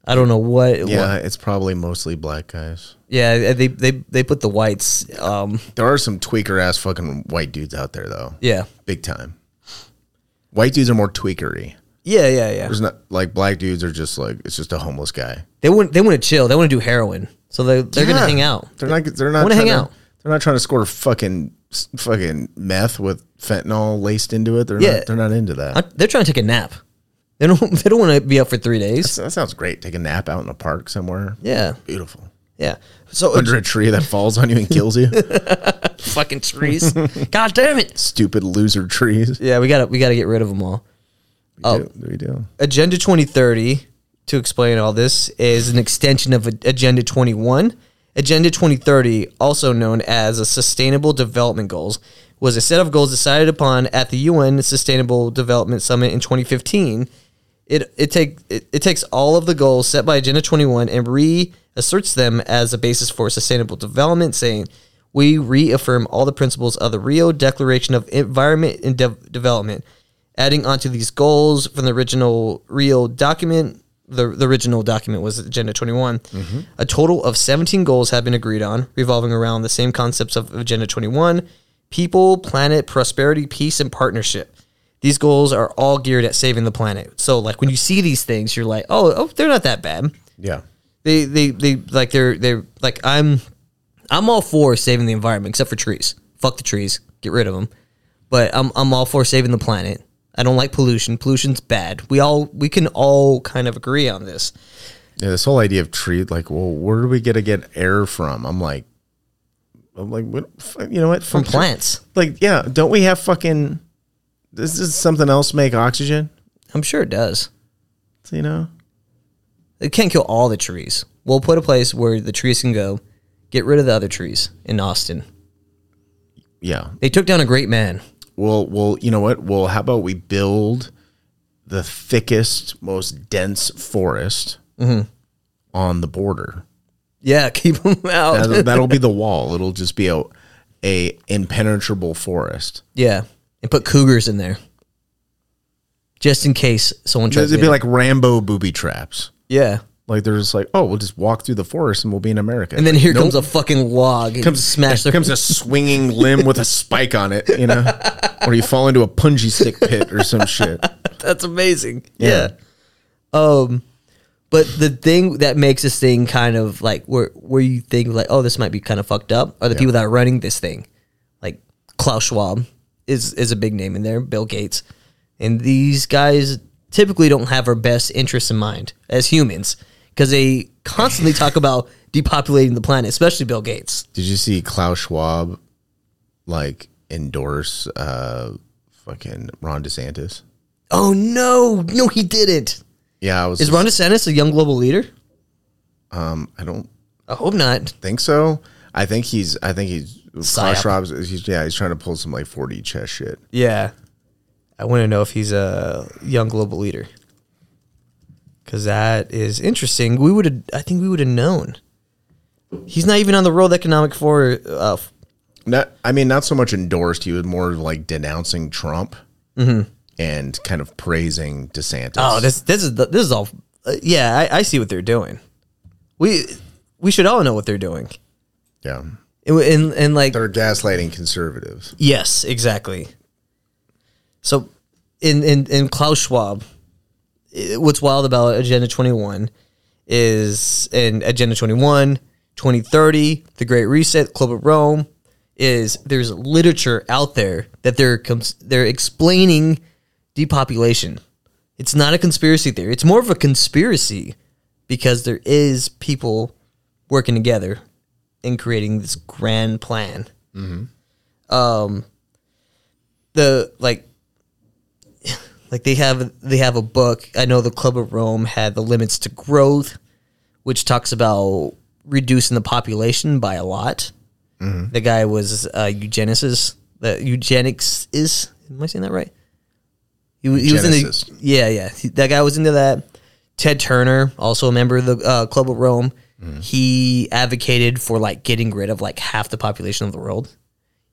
Speaker 3: I don't know what.
Speaker 4: Yeah,
Speaker 3: what-
Speaker 4: it's probably mostly black guys.
Speaker 3: yeah. They they they put the whites. Um,
Speaker 4: There are some tweaker ass fucking white dudes out there though.
Speaker 3: yeah.
Speaker 4: Big time. White dudes are more tweakery.
Speaker 3: Yeah, yeah, yeah.
Speaker 4: There's not like black dudes are just like it's just a homeless guy.
Speaker 3: They want they want to chill. They want to do heroin. So they they're gonna hang out.
Speaker 4: They're not. They're not
Speaker 3: Wanna hang
Speaker 4: trying to-
Speaker 3: out.
Speaker 4: They're not trying to score fucking fucking meth with fentanyl laced into it. They're
Speaker 3: Yeah.
Speaker 4: not. They're not into that.
Speaker 3: I- They're trying to take a nap. They don't they don't want to be up for three days.
Speaker 4: So that sounds great. Take a nap out in a park somewhere.
Speaker 3: Yeah,
Speaker 4: Beautiful.
Speaker 3: yeah. So
Speaker 4: Under a tree that falls on you and kills you.
Speaker 3: fucking trees. God damn it.
Speaker 4: Stupid loser trees.
Speaker 3: Yeah, we gotta we gotta get rid of them all.
Speaker 4: Oh, we do.
Speaker 3: Agenda 2030, to explain all this, is an extension of Ag- Agenda 21. Agenda 2030, also known as the Sustainable Development Goals, was a set of goals decided upon at the UN Sustainable Development Summit in 2015 It it take it, it takes all of the goals set by Agenda 21 and reasserts them as a basis for sustainable development, saying we reaffirm all the principles of the Rio Declaration of Environment and De- Development, adding onto these goals from the original Rio document. The, the original document was Agenda 21. A total of 17 goals have been agreed on, revolving around the same concepts of Agenda 21 people, planet, prosperity, peace, and partnership these goals are all geared at saving the planet. So like when you see these things, you're like, oh, oh they're not that bad.
Speaker 4: Yeah.
Speaker 3: They they they like they're they're like I'm I'm all for saving the environment except for trees. Fuck the trees, get rid of them. But I'm I'm all for saving the planet. I don't like pollution. Pollution's bad. We all we can all kind of agree on this.
Speaker 4: Yeah, this whole idea of tree, like, well, where do we get to get air from? I'm like, I'm like, what, you know what?
Speaker 3: From plants,
Speaker 4: Like, yeah, don't we have fucking? This is something else make oxygen.
Speaker 3: I'm sure it does.
Speaker 4: You know,
Speaker 3: It can't kill all the trees. We'll put a place where the trees can go. Get rid of the other trees in Austin.
Speaker 4: yeah.
Speaker 3: They took down a great man.
Speaker 4: Well, well, you know what? Well, how about we build the thickest, most dense forest
Speaker 3: Mm-hmm.
Speaker 4: on the border?
Speaker 3: Yeah, keep them out.
Speaker 4: That'll, that'll be the wall. It'll just be a, a impenetrable forest.
Speaker 3: Yeah, and put cougars in there, just in case someone tries.
Speaker 4: It'd
Speaker 3: to
Speaker 4: be
Speaker 3: get-
Speaker 4: like Rambo booby traps.
Speaker 3: yeah,
Speaker 4: Like they're just like, oh, we'll just walk through the forest and we'll be in America.
Speaker 3: and then here
Speaker 4: Nope.
Speaker 3: comes a fucking log. and
Speaker 4: comes
Speaker 3: smash their
Speaker 4: comes a swinging limb with a spike on it, you know, or you fall into a punji stick pit or some shit.
Speaker 3: That's amazing. Yeah. Um, but the thing that makes this thing kind of like where where you think like, oh, this might be kind of fucked up, are the people that are running this thing, like Klaus Schwab is is a big name in there, Bill Gates, and these guys typically don't have our best interests in mind as humans because they constantly talk about depopulating the planet, especially Bill Gates.
Speaker 4: Did you see Klaus Schwab like endorse uh fucking Ron DeSantis?
Speaker 3: Oh no, no, he didn't.
Speaker 4: Yeah, I was.
Speaker 3: Is Ron DeSantis a young global leader?
Speaker 4: um, I don't
Speaker 3: I hope not.
Speaker 4: think so. I think he's. I think he's. Klaus
Speaker 3: Psyop.
Speaker 4: Schwab's. He's, yeah, he's trying to pull some like 40 chess shit.
Speaker 3: Yeah. I want to know if he's a young global leader. Cuz that is interesting. We would have I think we would have known. He's not even on the World Economic For uh, f-
Speaker 4: Not. I mean, not so much endorsed. He was more of, like denouncing Trump and kind of praising DeSantis.
Speaker 3: Mm-hmm. Oh, this this is the, this is all uh, Yeah, I, I see what they're doing. We we should all know what they're doing.
Speaker 4: yeah.
Speaker 3: And and, and like
Speaker 4: They're gaslighting conservatives.
Speaker 3: Yes, exactly. So, in in in Klaus Schwab, i- what's wild about Agenda 21 is in Agenda 21, 2030, the Great Reset, Club of Rome, is there's literature out there that they're cons- they're explaining depopulation. It's not a conspiracy theory. It's more of a conspiracy because there is people working together in creating this grand plan the like like they have they have a book i know the club of rome had the limits to growth which talks about reducing the population by a lot the guy was uh eugenicist the eugenics is am i saying that right he, wa- he was in
Speaker 4: Eugenicist.
Speaker 3: the yeah yeah He- that guy was into that ted turner also a member of the uh, club of rome he advocated for like getting rid of like half the population of the world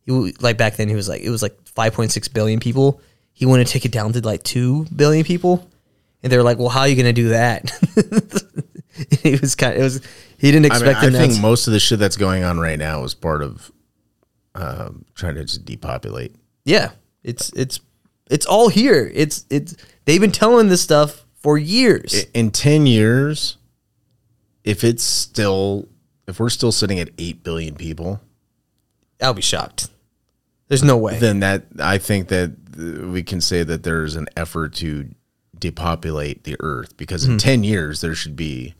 Speaker 3: he, w- like back then he was like it was like 5.6 billion people he wanted to take it down to like 2 billion people and they were like well how are you going to do that it was kind of, it was he didn't
Speaker 4: I mean,
Speaker 3: expect
Speaker 4: I
Speaker 3: them
Speaker 4: think
Speaker 3: to
Speaker 4: most of the shit that's going on right now is part of um, trying to just depopulate.
Speaker 3: yeah it's it's it's all here it's it's they've been telling this stuff for years
Speaker 4: In ten years, if it's still, if we're still sitting at eight billion people,
Speaker 3: i'll be shocked there's no way
Speaker 4: then that I think that uh, we can say that there's an effort to depopulate the Earth because in ten years there should be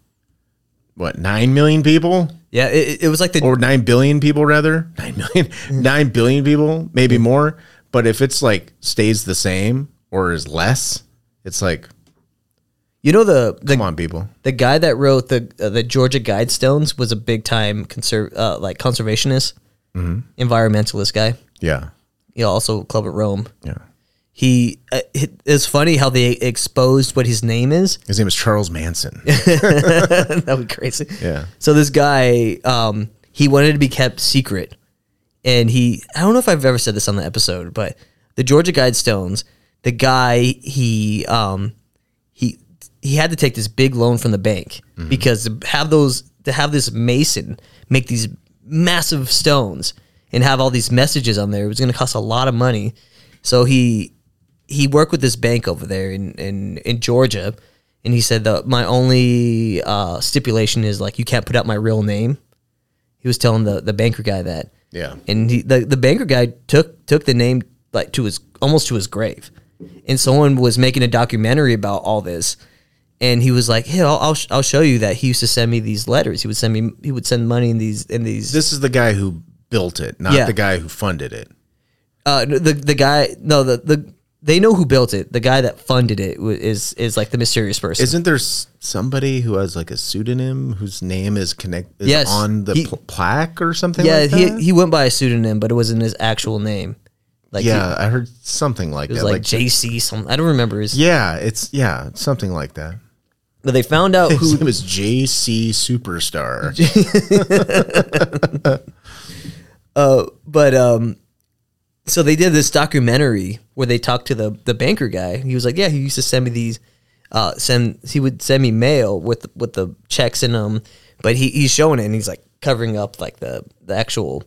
Speaker 4: what nine million people
Speaker 3: yeah it, it- it was like the
Speaker 4: or nine billion people rather nine million nine billion people maybe more. But if it's like stays the same or is less, it's like
Speaker 3: you know the the
Speaker 4: Come on, people.
Speaker 3: the guy that wrote the uh, the Georgia Guidestones was a big time conserv uh, like
Speaker 4: Mm-hmm.
Speaker 3: conservationist, environmentalist guy.
Speaker 4: Yeah.
Speaker 3: You know, also Club at Rome.
Speaker 4: Yeah.
Speaker 3: He uh, it- it's funny how they exposed what his name is.
Speaker 4: His name is Charles Manson.
Speaker 3: that would be crazy.
Speaker 4: Yeah.
Speaker 3: So this guy, um, he wanted to be kept secret, and he I don't know if I've ever said this on the episode, but the Georgia Guidestones, the guy he um he he had to take this big loan from the bank because to have those to have this mason make these massive stones and have all these messages on there it was going to cost a lot of money so he he worked with this bank over there in in, in Georgia and he said that my only uh, stipulation is like you can't put out my real name he was telling the the banker guy that
Speaker 4: Yeah.
Speaker 3: and he, the the banker guy took took the name like to his almost to his grave, and someone was making a documentary about all this, and he was like, "Hey, I'll I'll, sh- I'll show you that he used to send me these letters. He would send me he would send money in these in these
Speaker 4: This is the guy who built it, not
Speaker 3: Yeah.
Speaker 4: the guy who funded it.
Speaker 3: uh the the guy no the the they know who built it. The guy that funded it wa- is is like the mysterious person.
Speaker 4: Isn't there s- somebody who has like a pseudonym whose name is connect is
Speaker 3: Yes,
Speaker 4: on the
Speaker 3: he-
Speaker 4: pl- plaque or something?
Speaker 3: yeah,
Speaker 4: like that?
Speaker 3: he he went by a pseudonym, but it wasn't his actual name. Like he-
Speaker 4: yeah, I heard something like
Speaker 3: it was
Speaker 4: that.
Speaker 3: like, JC something. I don't remember his.
Speaker 4: yeah, it's yeah, something like that.
Speaker 3: But they found out
Speaker 4: His
Speaker 3: who
Speaker 4: name is JC Superstar.
Speaker 3: but um so they did this documentary where they talked to the the banker guy he was like yeah he used to send me these uh send he would send me mail with with the checks in them but he he's showing it and he's like covering up like the the actual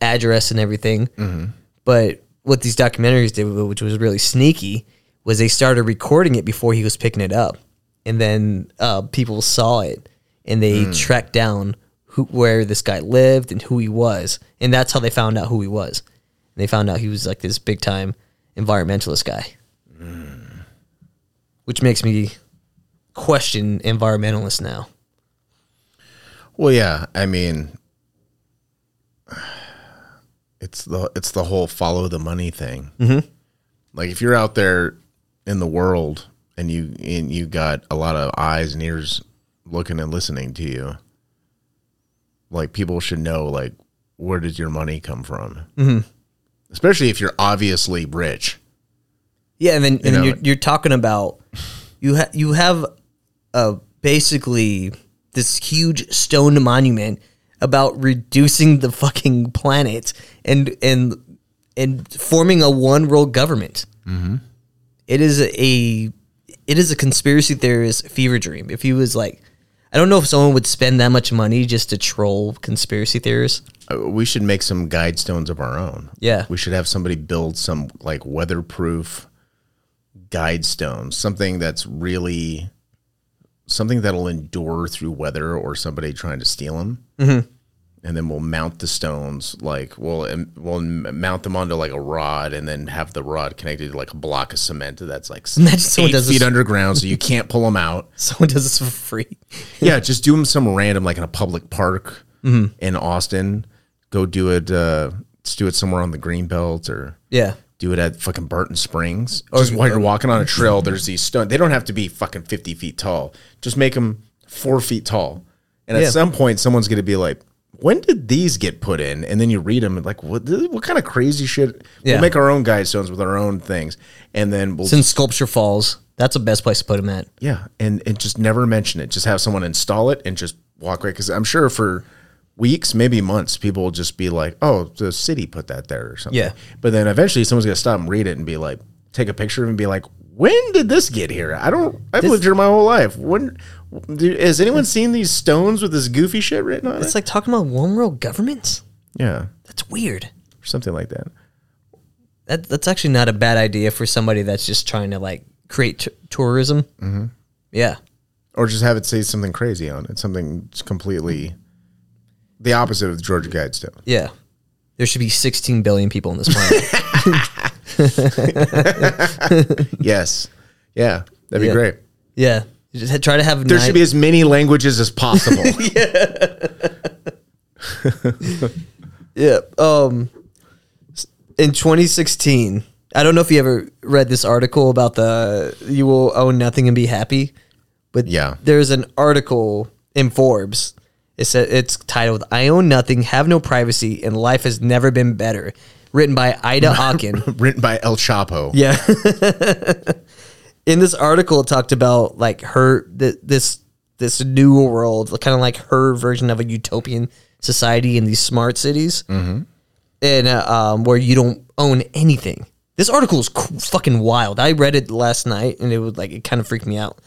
Speaker 3: address and everything
Speaker 4: Mm-hmm.
Speaker 3: but what these documentaries did which was really sneaky was they started recording it before he was picking it up and then uh people saw it and they tracked down who where this guy lived and who he was and that's how they found out who he was and they found out he was like this big time environmentalist guy which makes me question environmentalists now
Speaker 4: Well, yeah, I mean, it's the it's the whole follow the money thing. Mm-hmm. Like if you're out there in the world and you and you got a lot of eyes and ears looking and listening to you, like people should know like where did your money come from? Mm-hmm. Especially if you're obviously rich.
Speaker 3: Yeah, and then and
Speaker 4: know?
Speaker 3: then you're, you're talking about you ha- you have uh, basically this huge stone monument about reducing the fucking planet and and and forming a one world government. Mm-hmm. is a it is a conspiracy theorist fever dream. If he was like, I don't know if someone would spend that much money just to troll conspiracy theorists.
Speaker 4: Uh, We should make some guidestones of our own.
Speaker 3: Yeah.
Speaker 4: We should have somebody build some like weatherproof guidestone, something that's really something that'll endure through weather or somebody trying to steal them.
Speaker 3: Mm-hmm.
Speaker 4: And then we'll mount the stones like we'll um, we'll m- mount them onto like a rod, and then have the rod connected to like a block of cement that's like s-
Speaker 3: Imagine someone
Speaker 4: eight
Speaker 3: does
Speaker 4: feet
Speaker 3: this-
Speaker 4: underground, so you can't pull them out
Speaker 3: Someone does this for free.
Speaker 4: yeah, just do them some random, like in a public park in Austin. Go do it. Uh, just do it somewhere on the Greenbelt or
Speaker 3: Yeah.
Speaker 4: do it at fucking Burton Springs.
Speaker 3: Oh,
Speaker 4: just while you're walking on a trail, there's these stone. They don't have to be fucking fifty feet tall. Just make them four feet tall. And
Speaker 3: Yeah.
Speaker 4: at some point, someone's gonna be like, "When did these get put in?" And then you read them and like, "What? What kind of crazy shit?"
Speaker 3: Yeah.
Speaker 4: We'll make our own guidestones with our own things, and then we'll
Speaker 3: Since Sculpture Falls, that's the best place to put him at.
Speaker 4: yeah, and and just never mention it. Just have someone install it and just walk away. Because I'm sure for weeks, maybe months, people will just be like, "Oh, the city put that there" or something.
Speaker 3: Yeah.
Speaker 4: But then eventually, someone's gonna stop and read it and be like, take a picture of it and be like, "When did this get here? I don't. I've lived here my whole life. When do- has anyone seen these stones with this goofy shit written on
Speaker 3: It's
Speaker 4: it?
Speaker 3: like talking about one world governments.
Speaker 4: yeah,
Speaker 3: That's weird.
Speaker 4: or something like that.
Speaker 3: That that's actually not a bad idea for somebody that's just trying to like create t- tourism. Mm-hmm. Yeah,
Speaker 4: Or just have it say something crazy on it, something just completely the opposite of the Georgia Guidestone.
Speaker 3: yeah. There should be 16 billion people on this planet.
Speaker 4: Yes. Yeah. That'd be
Speaker 3: Yeah.
Speaker 4: great.
Speaker 3: yeah, You just ha- try to have.
Speaker 4: There
Speaker 3: nine-
Speaker 4: should be as many languages as possible.
Speaker 3: Yeah. Um, in 2016, I don't know if you ever read this article about the "You will own nothing and be happy," but
Speaker 4: Yeah.
Speaker 3: there's an article in Forbes. It said it's titled "I own nothing, have no privacy, and life has never been better." written by Ida Akin.
Speaker 4: Written by El Chapo.
Speaker 3: Yeah. In this article, it talked about like her th- this this new world, kind of like her version of a utopian society in these smart cities, mm-hmm. and uh, um, where you don't own anything. This article is c- fucking wild. I read it last night, and it was like it kind of freaked me out.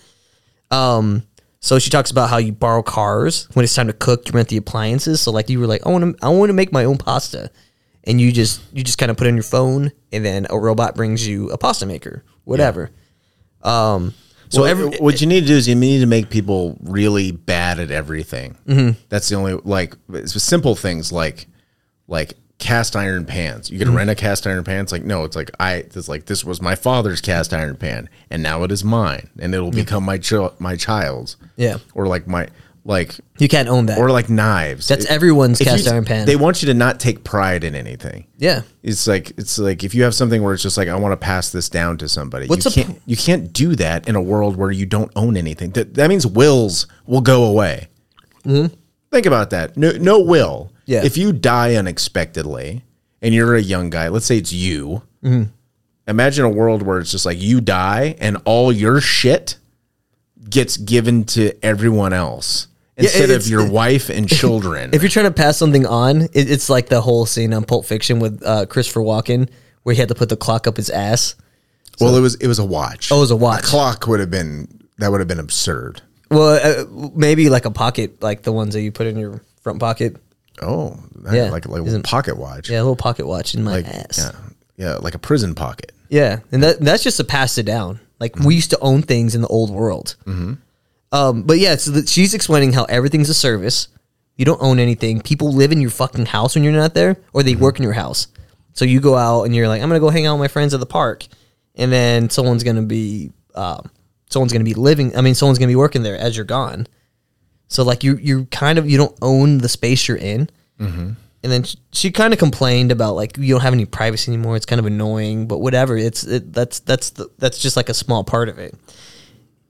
Speaker 3: Um, so she talks about how you borrow cars when it's time to cook. You rent the appliances. So like you were like, I want to, I want to make my own pasta, and you just you just kind of put in your phone, and then a robot brings you a pasta maker, whatever. Um, so
Speaker 4: Well,
Speaker 3: every
Speaker 4: what you need to do is you need to make people really bad at everything. That's the only like it's simple things like like cast iron pans. You can rent a cast iron pan. It's like no, it's like I. It's like this was my father's cast iron pan, and now it is mine, and it'll become my chil- my child's.
Speaker 3: Yeah.
Speaker 4: or like my like
Speaker 3: you can't own that.
Speaker 4: or like knives.
Speaker 3: That's
Speaker 4: It-
Speaker 3: everyone's
Speaker 4: if you-
Speaker 3: cast iron pan.
Speaker 4: They want you to not take pride in anything.
Speaker 3: yeah.
Speaker 4: It's like it's like if you have something where it's just like I want to pass this down to somebody.
Speaker 3: What's
Speaker 4: you
Speaker 3: a
Speaker 4: can't
Speaker 3: pro-
Speaker 4: you can't do that in a world where you don't own anything. That that means wills will go away. Think about that. No no will.
Speaker 3: Mm-hmm. Yeah.
Speaker 4: If you die unexpectedly and you're a young guy, let's say it's you.
Speaker 3: Mm-hmm.
Speaker 4: Imagine a world where it's just like you die and all your shit gets given to everyone else instead of
Speaker 3: it's-
Speaker 4: your wife and children.
Speaker 3: If you're trying to pass something on, it, it's like the whole scene on Pulp Fiction with uh, Christopher Walken, where he had to put the clock up his ass.
Speaker 4: well, it was it was a watch.
Speaker 3: Oh, it was a watch.
Speaker 4: clock would have been that would have been absurd.
Speaker 3: Well, uh, maybe like a pocket, like the ones that you put in your front pocket.
Speaker 4: Oh, that-
Speaker 3: Yeah.
Speaker 4: like like a
Speaker 3: Isn't-
Speaker 4: little pocket watch.
Speaker 3: Yeah, a little pocket watch in my
Speaker 4: like
Speaker 3: ass.
Speaker 4: yeah, yeah, like a prison pocket.
Speaker 3: Yeah, and that that's just to pass it down. Like we used to own things in the old world. Mm-hmm. Um, but yeah, so that she's explaining how everything's a service. You don't own anything. People live in your fucking house when you're not there, or they work in your house. So you go out and you're like, I'm gonna go hang out with my friends at the park, and then someone's gonna be, um, someone's gonna be living. I mean, someone's gonna be working there as you're gone. So like you you kind of you don't own the space you're in. And then she, she kind of complained about like you don't have any privacy anymore. It's kind of annoying, but whatever. It's it, that's that's the, that's just like a small part of it.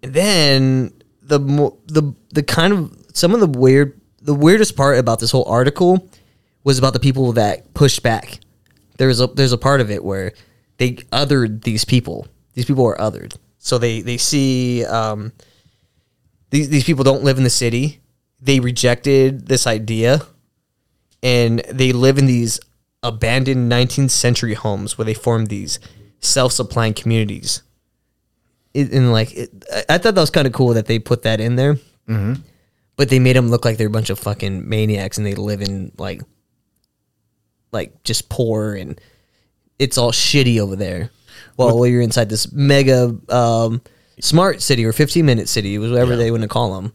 Speaker 3: And then the mo- the the kind of some of the weird the weirdest part about this whole article was about the people that pushed back. There was a there's a part of it where they othered these people. These people are othered. So they they see um, these these people don't live in the city. They rejected this idea and they live in these abandoned 19th century homes where they form these self-supplying communities. It, and like, it, I- I thought that was kind of cool that they put that in there. Mm-hmm. But they made them look like they're a bunch of fucking maniacs, and they live in like, like just poor, and it's all shitty over there. While you're inside this mega um, smart city or 15 minute city, it was whatever they want to call them,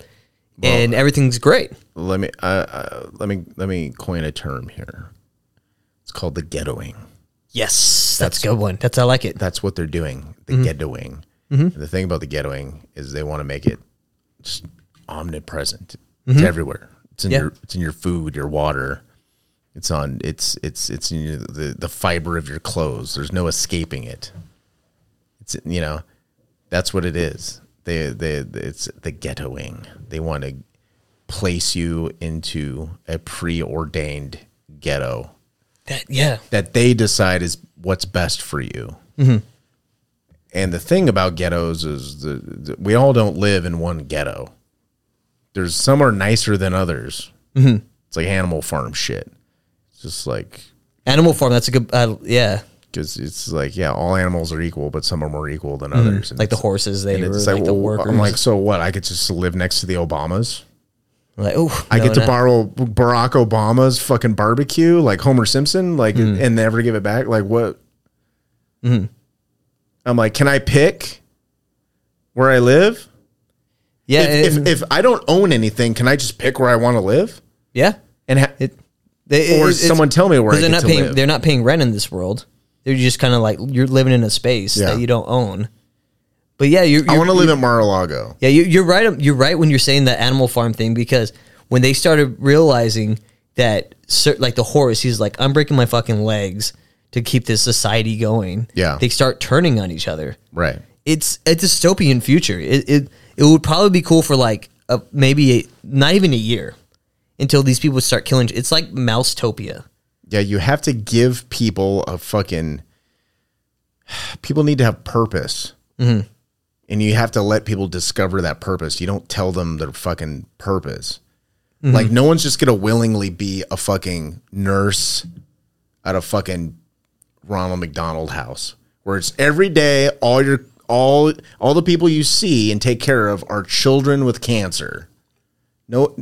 Speaker 3: and everything's great.
Speaker 4: Let me uh, uh, let me let me coin a term here. It's called the ghettoing.
Speaker 3: Yes, that's, a good one. That's I like it.
Speaker 4: That's what they're doing. The
Speaker 3: Mm-hmm.
Speaker 4: ghettoing. And the thing about the ghettoing is they want to make it just omnipresent. It's everywhere. It's in
Speaker 3: Mm-hmm. Yeah.
Speaker 4: your it's in your food, your water. It's on. It's it's it's in your, the the fiber of your clothes. There's no escaping it. It's you know, that's what it is. They they it's the ghettoing. They want to place you into a preordained ghetto
Speaker 3: That, yeah.
Speaker 4: that they decide is what's best for you. And the thing about ghettos is the, the, we all don't live in one ghetto. There's some are nicer than others.
Speaker 3: Mm-hmm.
Speaker 4: It's like Animal Farm shit. It's just like
Speaker 3: Animal Farm. That's a good. Uh, yeah,
Speaker 4: because it's like yeah, all animals are equal, but some are more equal than others.
Speaker 3: Mm-hmm.
Speaker 4: And
Speaker 3: like the
Speaker 4: it's-
Speaker 3: horses. They
Speaker 4: and
Speaker 3: were
Speaker 4: it's
Speaker 3: like, the
Speaker 4: well,
Speaker 3: workers.
Speaker 4: I'm like, so what? I could just live next to the Obamas.
Speaker 3: Like, oh,
Speaker 4: I
Speaker 3: no,
Speaker 4: get to
Speaker 3: no.
Speaker 4: borrow Barack Obama's fucking barbecue, like Homer Simpson, like
Speaker 3: Mm-hmm.
Speaker 4: and never give it back. Like what? I'm like, can I pick where I live?
Speaker 3: Yeah,
Speaker 4: if,
Speaker 3: and-
Speaker 4: if if I don't own anything, can I just pick where I want to live?
Speaker 3: yeah.
Speaker 4: And ha-
Speaker 3: It, they,
Speaker 4: or
Speaker 3: it- it's-
Speaker 4: someone tell me where
Speaker 3: 'cause
Speaker 4: I
Speaker 3: they're
Speaker 4: get
Speaker 3: not
Speaker 4: to
Speaker 3: paying.
Speaker 4: live.
Speaker 3: They're not paying rent in this world. They're just kind of like you're living in a space
Speaker 4: Yeah.
Speaker 3: that you don't own. But yeah, you.
Speaker 4: I want to live at Mar-a-Lago.
Speaker 3: Yeah, you, you're right. You're right when you're saying the Animal Farm thing because when they started realizing that, cer- like the horse, he's like, I'm breaking my fucking legs to keep this society going.
Speaker 4: Yeah.
Speaker 3: they start turning on each other.
Speaker 4: Right.
Speaker 3: it's a dystopian future. It it, it would probably be cool for like a, maybe a, not even a year until these people start killing. It's like Mousetopia.
Speaker 4: Yeah, you have to give people a fucking. People need to have purpose, and you have to let people discover that purpose. You don't tell them their fucking purpose. Like no one's just gonna willingly be a fucking nurse at a fucking Ronald McDonald house where it's every day all your all all the people you see and take care of are children with cancer. No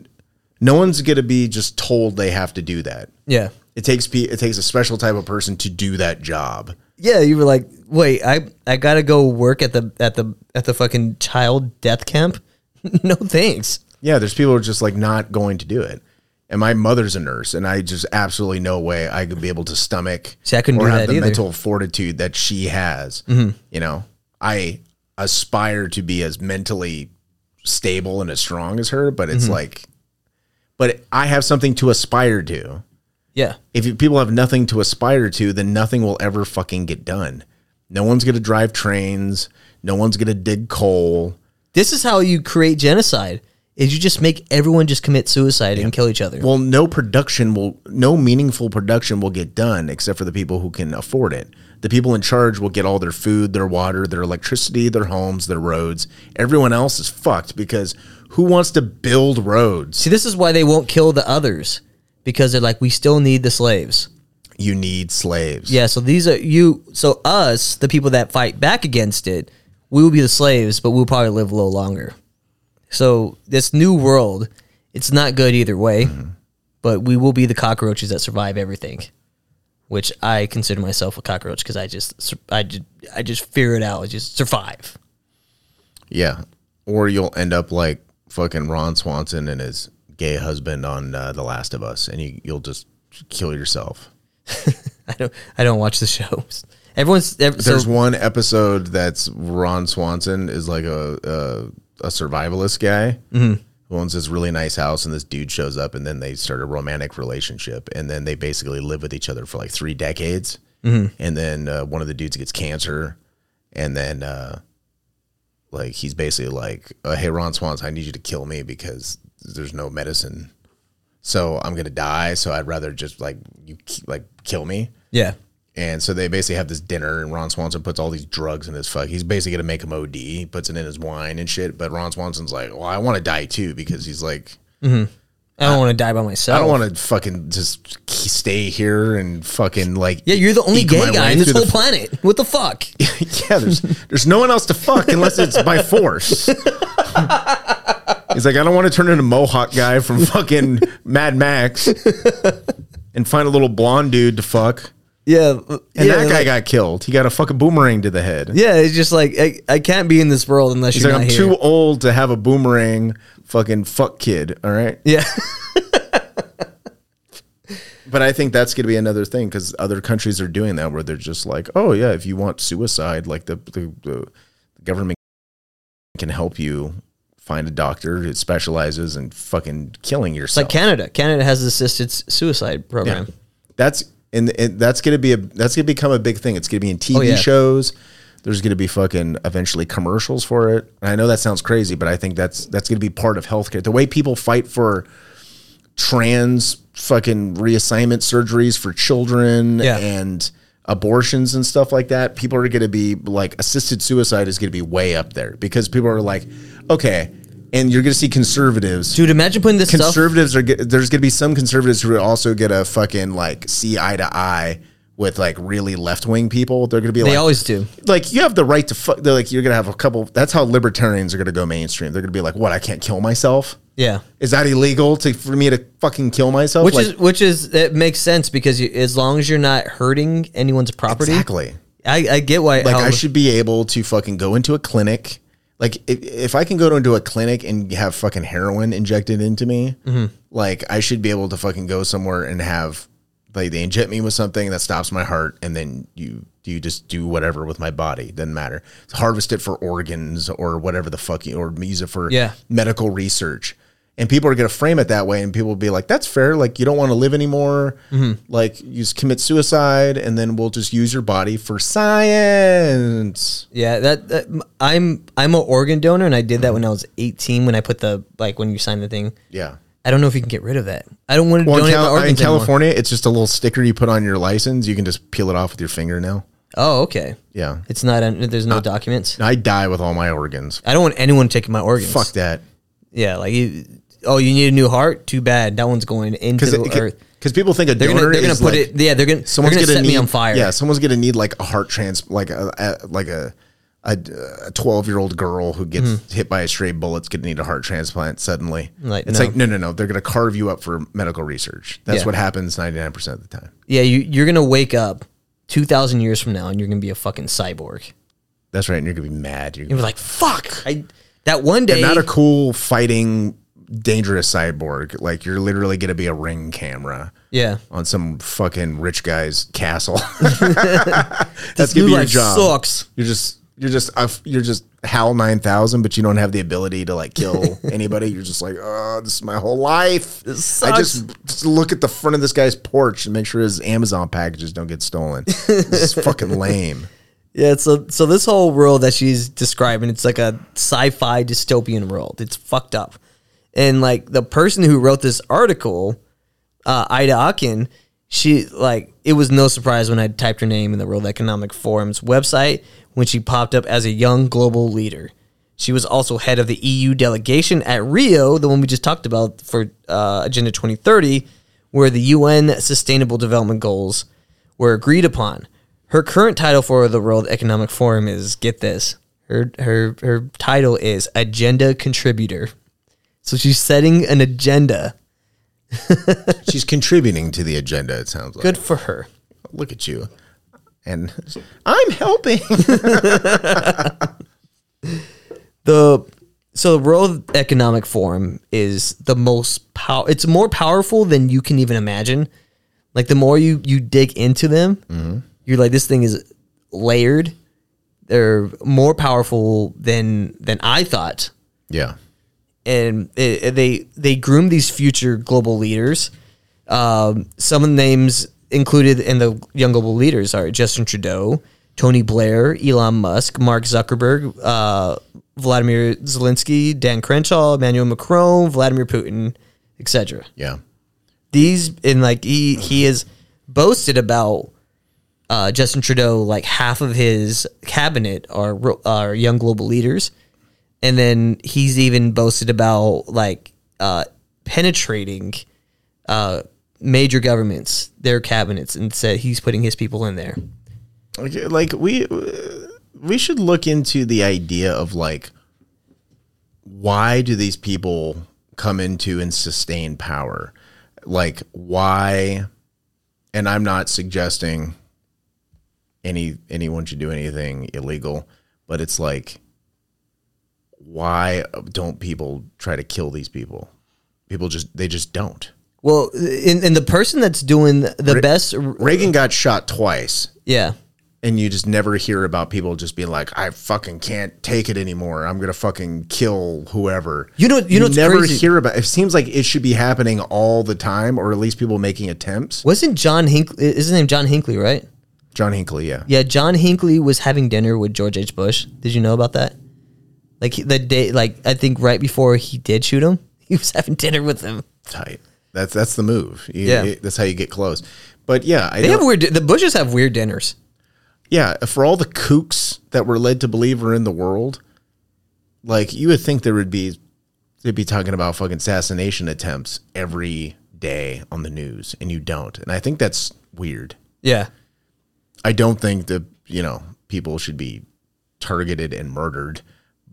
Speaker 4: no one's going to be just told they have to do that.
Speaker 3: Yeah.
Speaker 4: It takes pe- it takes a special type of person to do that job.
Speaker 3: Yeah, you were like, wait, I I gotta go work at the at the at the fucking child death camp. no thanks.
Speaker 4: Yeah, there's people who are just like not going to do it. And my mother's a nurse, and I just absolutely no way I could be able to stomach
Speaker 3: See, I couldn't
Speaker 4: or
Speaker 3: do
Speaker 4: have
Speaker 3: that
Speaker 4: the
Speaker 3: either. Mm-hmm.
Speaker 4: mental fortitude that she has. You know, I aspire to be as mentally stable and as strong as her, but it's
Speaker 3: Mm-hmm.
Speaker 4: like, but I have something to aspire to.
Speaker 3: Yeah.
Speaker 4: if you, people have nothing to aspire to, then nothing will ever fucking get done. No one's going to drive trains. No one's going to dig coal.
Speaker 3: This is how you create genocide. Is you just make everyone just commit suicide and kill each other.
Speaker 4: Well, no production will, no meaningful production will get done except for the people who can afford it. The people in charge will get all their food, their water, their electricity, their homes, their roads. Everyone else is fucked because who wants to build roads?
Speaker 3: See, this is why they won't kill the others because they're like, we still need the slaves.
Speaker 4: You need slaves.
Speaker 3: Yeah, so these are you. So us, the people that fight back against it, we will be the slaves, but we'll probably live a little longer. So this new world, it's not good either way,
Speaker 4: Mm-hmm.
Speaker 3: but we will be the cockroaches that survive everything, which I consider myself a cockroach because I just sur- I just I just figure it out, I just survive.
Speaker 4: Yeah. Or you'll end up like fucking Ron Swanson and his gay husband on uh, The Last of Us, and you, you'll just kill yourself.
Speaker 3: I don't I don't watch the shows. Everyone's ev- so,
Speaker 4: There's one episode that's Ron Swanson is like a a, a survivalist guy who owns this really nice house, and this dude shows up, and then they start a romantic relationship, and then they basically live with each other for like three decades, and then uh, one of the dudes gets cancer, and then uh, like he's basically like, uh, "Hey, Ron Swanson, I need you to kill me because there's no medicine." So I'm gonna die. So I'd rather just like you ki- like kill me.
Speaker 3: yeah.
Speaker 4: And so they basically have this dinner, and Ron Swanson puts all these drugs in his fuck. He's basically gonna make him OD. He puts it in his wine and shit. But Ron Swanson's like, well, I want to die too because he's like,
Speaker 3: I don't want to die by myself.
Speaker 4: I don't want to fucking just k- stay here and fucking like.
Speaker 3: Yeah, you're the only
Speaker 4: eke
Speaker 3: gay
Speaker 4: my
Speaker 3: guy
Speaker 4: way
Speaker 3: on this
Speaker 4: through
Speaker 3: whole
Speaker 4: the
Speaker 3: planet. What the fuck?
Speaker 4: yeah, there's there's no one else to fuck unless it's by force. He's like, I don't want to turn into Mohawk guy from fucking Mad Max and find a little blonde dude to fuck.
Speaker 3: Yeah,
Speaker 4: And that guy got killed. He got a fucking boomerang to the head.
Speaker 3: Yeah, it's just like I, I can't be in this world unless
Speaker 4: He's
Speaker 3: you're
Speaker 4: like, I'm
Speaker 3: not here.
Speaker 4: too old to have a boomerang fucking fuck kid. All right.
Speaker 3: yeah,
Speaker 4: But I think that's going to be another thing because other countries are doing that where they're just like, oh, yeah, if you want suicide, like the, the, the government can help you find a doctor who specializes in fucking killing
Speaker 3: it's
Speaker 4: yourself.
Speaker 3: like Canada. Canada has assisted s- suicide program.
Speaker 4: that's and, and that's going to be a that's going to become a big thing. It's going to be in TV
Speaker 3: Oh, yeah.
Speaker 4: shows. There's going to be fucking eventually commercials for it. And I know that sounds crazy, but I think that's that's going to be part of healthcare. The way people fight for trans fucking reassignment surgeries for children
Speaker 3: Yeah.
Speaker 4: and abortions and stuff like that, people are going to be like assisted suicide is going to be way up there because people are like, okay, and you're going to see conservatives
Speaker 3: Dude, imagine putting this stuff.
Speaker 4: conservatives are get, there's going to be some conservatives who are also going to fucking like see eye to eye with like really left wing people. They're going to be
Speaker 3: They
Speaker 4: like,
Speaker 3: always do.
Speaker 4: like you have the right to fuck. They're like you're going to have a couple. That's how libertarians are going to go mainstream. They're going to be like, what? I can't kill myself.
Speaker 3: Yeah,
Speaker 4: Is that illegal to for me to fucking kill myself?
Speaker 3: which
Speaker 4: Like,
Speaker 3: is which is it makes sense because you, as long as you're not hurting anyone's property,
Speaker 4: exactly.
Speaker 3: I, I get why.
Speaker 4: Like
Speaker 3: how-
Speaker 4: I should be able to fucking go into a clinic. Like if, if I can go into a clinic and have fucking heroin injected into me, like I should be able to fucking go somewhere and have like they inject me with something that stops my heart, and then you you just do whatever with my body. Doesn't matter. Harvest it for organs or whatever the fuck, you- or use it for
Speaker 3: Yeah.
Speaker 4: medical research. And people are going to frame it that way, and people will be like, "That's fair. Like you don't want to live anymore. Like you just commit suicide, and then we'll just use your body for science."
Speaker 3: Yeah, that, that I'm I'm an organ donor, and I did that when I was 18. When I put the like when you sign the thing,
Speaker 4: Yeah.
Speaker 3: I don't know if you can get rid of that. I don't want to
Speaker 4: Well, in,
Speaker 3: donate my
Speaker 4: Cal- uh, in
Speaker 3: organs anymore.
Speaker 4: California, it's just a little sticker you put on your license. You can just peel it off with your finger now.
Speaker 3: Oh, okay.
Speaker 4: Yeah. Uh,
Speaker 3: It's not. on there's no documents.
Speaker 4: I die with all my organs.
Speaker 3: I don't want anyone taking my organs.
Speaker 4: Fuck that.
Speaker 3: Yeah, like you. Oh, you need a new heart? Too bad. That one's going into
Speaker 4: Because
Speaker 3: the earth.
Speaker 4: because people think a
Speaker 3: They're
Speaker 4: donor
Speaker 3: gonna, they're gonna
Speaker 4: is
Speaker 3: put
Speaker 4: like-
Speaker 3: it. Yeah, they're gonna. Someone's
Speaker 4: someone's
Speaker 3: gonna,
Speaker 4: gonna
Speaker 3: set
Speaker 4: need,
Speaker 3: me on fire.
Speaker 4: Yeah, someone's gonna need like a heart trans, like a, a like a a twelve year old girl who gets hit by a stray bullet's gonna need a heart transplant suddenly.
Speaker 3: Hmm. Like,
Speaker 4: it's
Speaker 3: no.
Speaker 4: like no, no, no. They're gonna carve you up for medical research. That's
Speaker 3: Yeah.
Speaker 4: what happens ninety nine percent of the time.
Speaker 3: Yeah, you you're gonna wake up two thousand years from now, and you're gonna be a fucking cyborg.
Speaker 4: That's right, and you're gonna be mad. You're
Speaker 3: It was like fuck. I that one day.
Speaker 4: you're not a cool fighting dangerous cyborg. Like you're literally gonna be a ring camera.
Speaker 3: yeah,
Speaker 4: On some fucking rich guy's castle.
Speaker 3: this
Speaker 4: That's gonna
Speaker 3: new
Speaker 4: be your
Speaker 3: life
Speaker 4: job.
Speaker 3: sucks.
Speaker 4: You're just you're just uh, you're just Hal nine thousand, but you don't have the ability to like kill anybody. You're just like, oh, this is my whole life. I just, just look at the front of this guy's porch and make sure his Amazon packages don't get stolen. this is fucking lame.
Speaker 3: Yeah, so so this whole world that she's describing, it's like a sci-fi dystopian world. It's fucked up, and like the person who wrote this article, uh, Ida Akin, she like it was no surprise when I typed her name in the World Economic Forum's website when she popped up as a young global leader. She was also head of the EU delegation at Rio, the one we just talked about for uh, Agenda 2030, where the UN Sustainable Development Goals were agreed upon. Her current title for the World Economic Forum is get this. Her her her title is agenda contributor. So she's setting an agenda.
Speaker 4: She's contributing to the agenda. It sounds like.
Speaker 3: Good for her.
Speaker 4: Look at you, and I'm helping.
Speaker 3: the so the World Economic Forum is the most pow- it's more powerful than you can even imagine. Like the more you you dig into them, you're like this thing is layered. They're more powerful than than I thought
Speaker 4: yeah.
Speaker 3: and it, it- they they groom these future global leaders. Um, some of the names included in the young global leaders are Justin Trudeau, Tony Blair, Elon Musk, Mark Zuckerberg, uh, Vladimir Zelensky, Dan Crenshaw, Emmanuel Macron, Vladimir Putin, etc.
Speaker 4: Yeah.
Speaker 3: These and like he he has boasted about uh, Justin Trudeau like half of his cabinet are ro- are young global leaders and then he's even boasted about like uh, penetrating uh, major governments, their cabinets, and said he's putting his people in there.
Speaker 4: Okay, like we we should look into the idea of like why do these people come into and sustain power like why and i'm not suggesting any anyone should do anything illegal but it's like why don't people try to kill these people people just they just don't
Speaker 3: Well, and, and the person that's doing the best,
Speaker 4: reagan got shot twice
Speaker 3: yeah,
Speaker 4: and you just never hear about people just being like, I fucking can't take it anymore. I'm gonna fucking kill whoever.
Speaker 3: You know- you know what's
Speaker 4: never
Speaker 3: crazy?
Speaker 4: hear about. It seems like it should be happening all the time, or at least people making attempts.
Speaker 3: wasn't John Hinckley? Is his name John Hinckley? Right?
Speaker 4: John Hinckley, yeah,
Speaker 3: Yeah, John Hinckley was having dinner with George H. Bush. Did you know about that? Like he- the day, like I think right before he did shoot him, he was having dinner with him.
Speaker 4: tight. That's that's the move. You-
Speaker 3: Yeah.
Speaker 4: it- that's how you get close. But yeah, I
Speaker 3: They have
Speaker 4: don't,
Speaker 3: weird. The Bushes have weird dinners.
Speaker 4: yeah. For all the kooks that we're led to believe are in the world, like you would think there would be, they'd be talking about fucking assassination attempts every day on the news, and you don't. And I think that's weird.
Speaker 3: Yeah.
Speaker 4: I don't think that you know people should be targeted and murdered,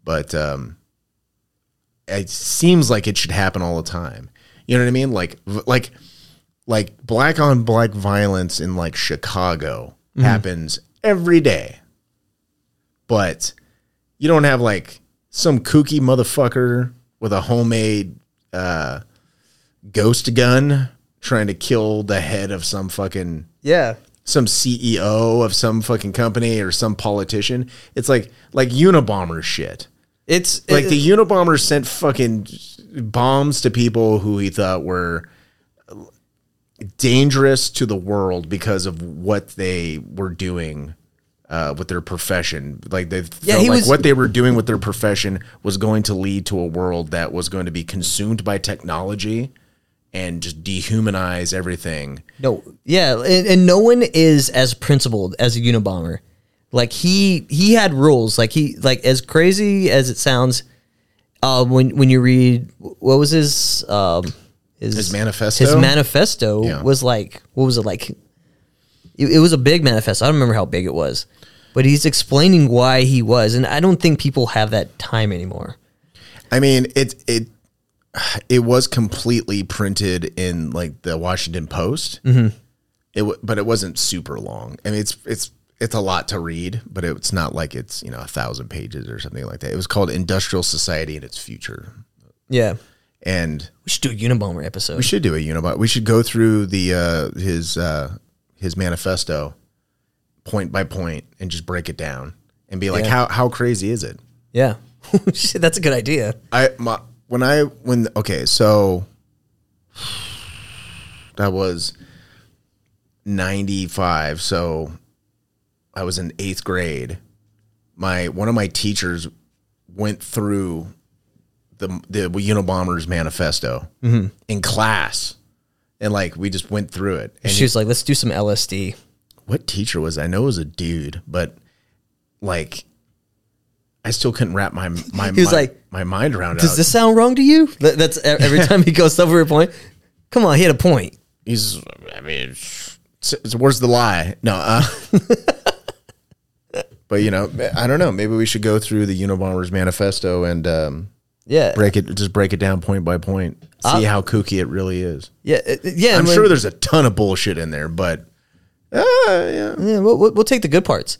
Speaker 4: but um, it seems like it should happen all the time. You know what I mean? Like like like black on black violence in like Chicago happens every day, but you don't have like some kooky motherfucker with a homemade uh, ghost gun trying to kill the head of some fucking
Speaker 3: Yeah.
Speaker 4: some CEO of some fucking company or some politician. It's like like Unabomber shit.
Speaker 3: It's
Speaker 4: Like the Unabomber sent fucking bombs to people who he thought were dangerous to the world because of what they were doing uh, with their profession. Like they felt
Speaker 3: Yeah, he
Speaker 4: like
Speaker 3: was-
Speaker 4: what they were doing with their profession was going to lead to a world that was going to be consumed by technology and just dehumanize everything.
Speaker 3: No, yeah, and, and no one is as principled as a Unabomber. Like he he had rules. Like he like as crazy as it sounds. Uh, when when you read what was his um his,
Speaker 4: His manifesto?
Speaker 3: his manifesto
Speaker 4: Yeah.
Speaker 3: was like what was it like? It, it was a big manifesto. I don't remember how big it was, but he's explaining why he was, and I don't think people have that time anymore.
Speaker 4: I mean, it it it was completely printed in like the Washington Post. Mm-hmm. It wa- but it wasn't super long. I mean, it's it's it's a lot to read, but it's not like it's you know a thousand pages or something like that. It was called Industrial Society and Its Future,
Speaker 3: Yeah,
Speaker 4: and
Speaker 3: we should do a Unabomber episode.
Speaker 4: we should do a Unibot. We should go through the uh, his uh, his manifesto point by point and just break it down and be like,
Speaker 3: Yeah.
Speaker 4: how how crazy is it?
Speaker 3: Yeah, Shit, that's a good idea.
Speaker 4: I my when I when okay, so that was ninety five. So I was in eighth grade. My one of my teachers went through the the Unabomber's manifesto
Speaker 3: Mm-hmm.
Speaker 4: in class, and like we just went through it. And
Speaker 3: she was like, let's do some LSD.
Speaker 4: what teacher was it? I know it was a dude, but like. I still couldn't wrap my my
Speaker 3: He was
Speaker 4: my,
Speaker 3: like,
Speaker 4: my mind around it. I
Speaker 3: Does
Speaker 4: was
Speaker 3: this sound wrong to you? Th- That's e- every time he goes over a point. Come on, he had a point.
Speaker 4: He's, I mean, it's, it's, where's the lie? No. Uh, but, you know, I don't know. Maybe we should go through the Unabomber's manifesto and um,
Speaker 3: Yeah,
Speaker 4: break it, just break it down point by point, see
Speaker 3: Uh,
Speaker 4: how kooky it really is.
Speaker 3: yeah, uh, yeah.
Speaker 4: I'm
Speaker 3: and
Speaker 4: sure
Speaker 3: when-
Speaker 4: there's a ton of bullshit in there, but uh, yeah.
Speaker 3: yeah, we'll, we'll, we'll take the good parts.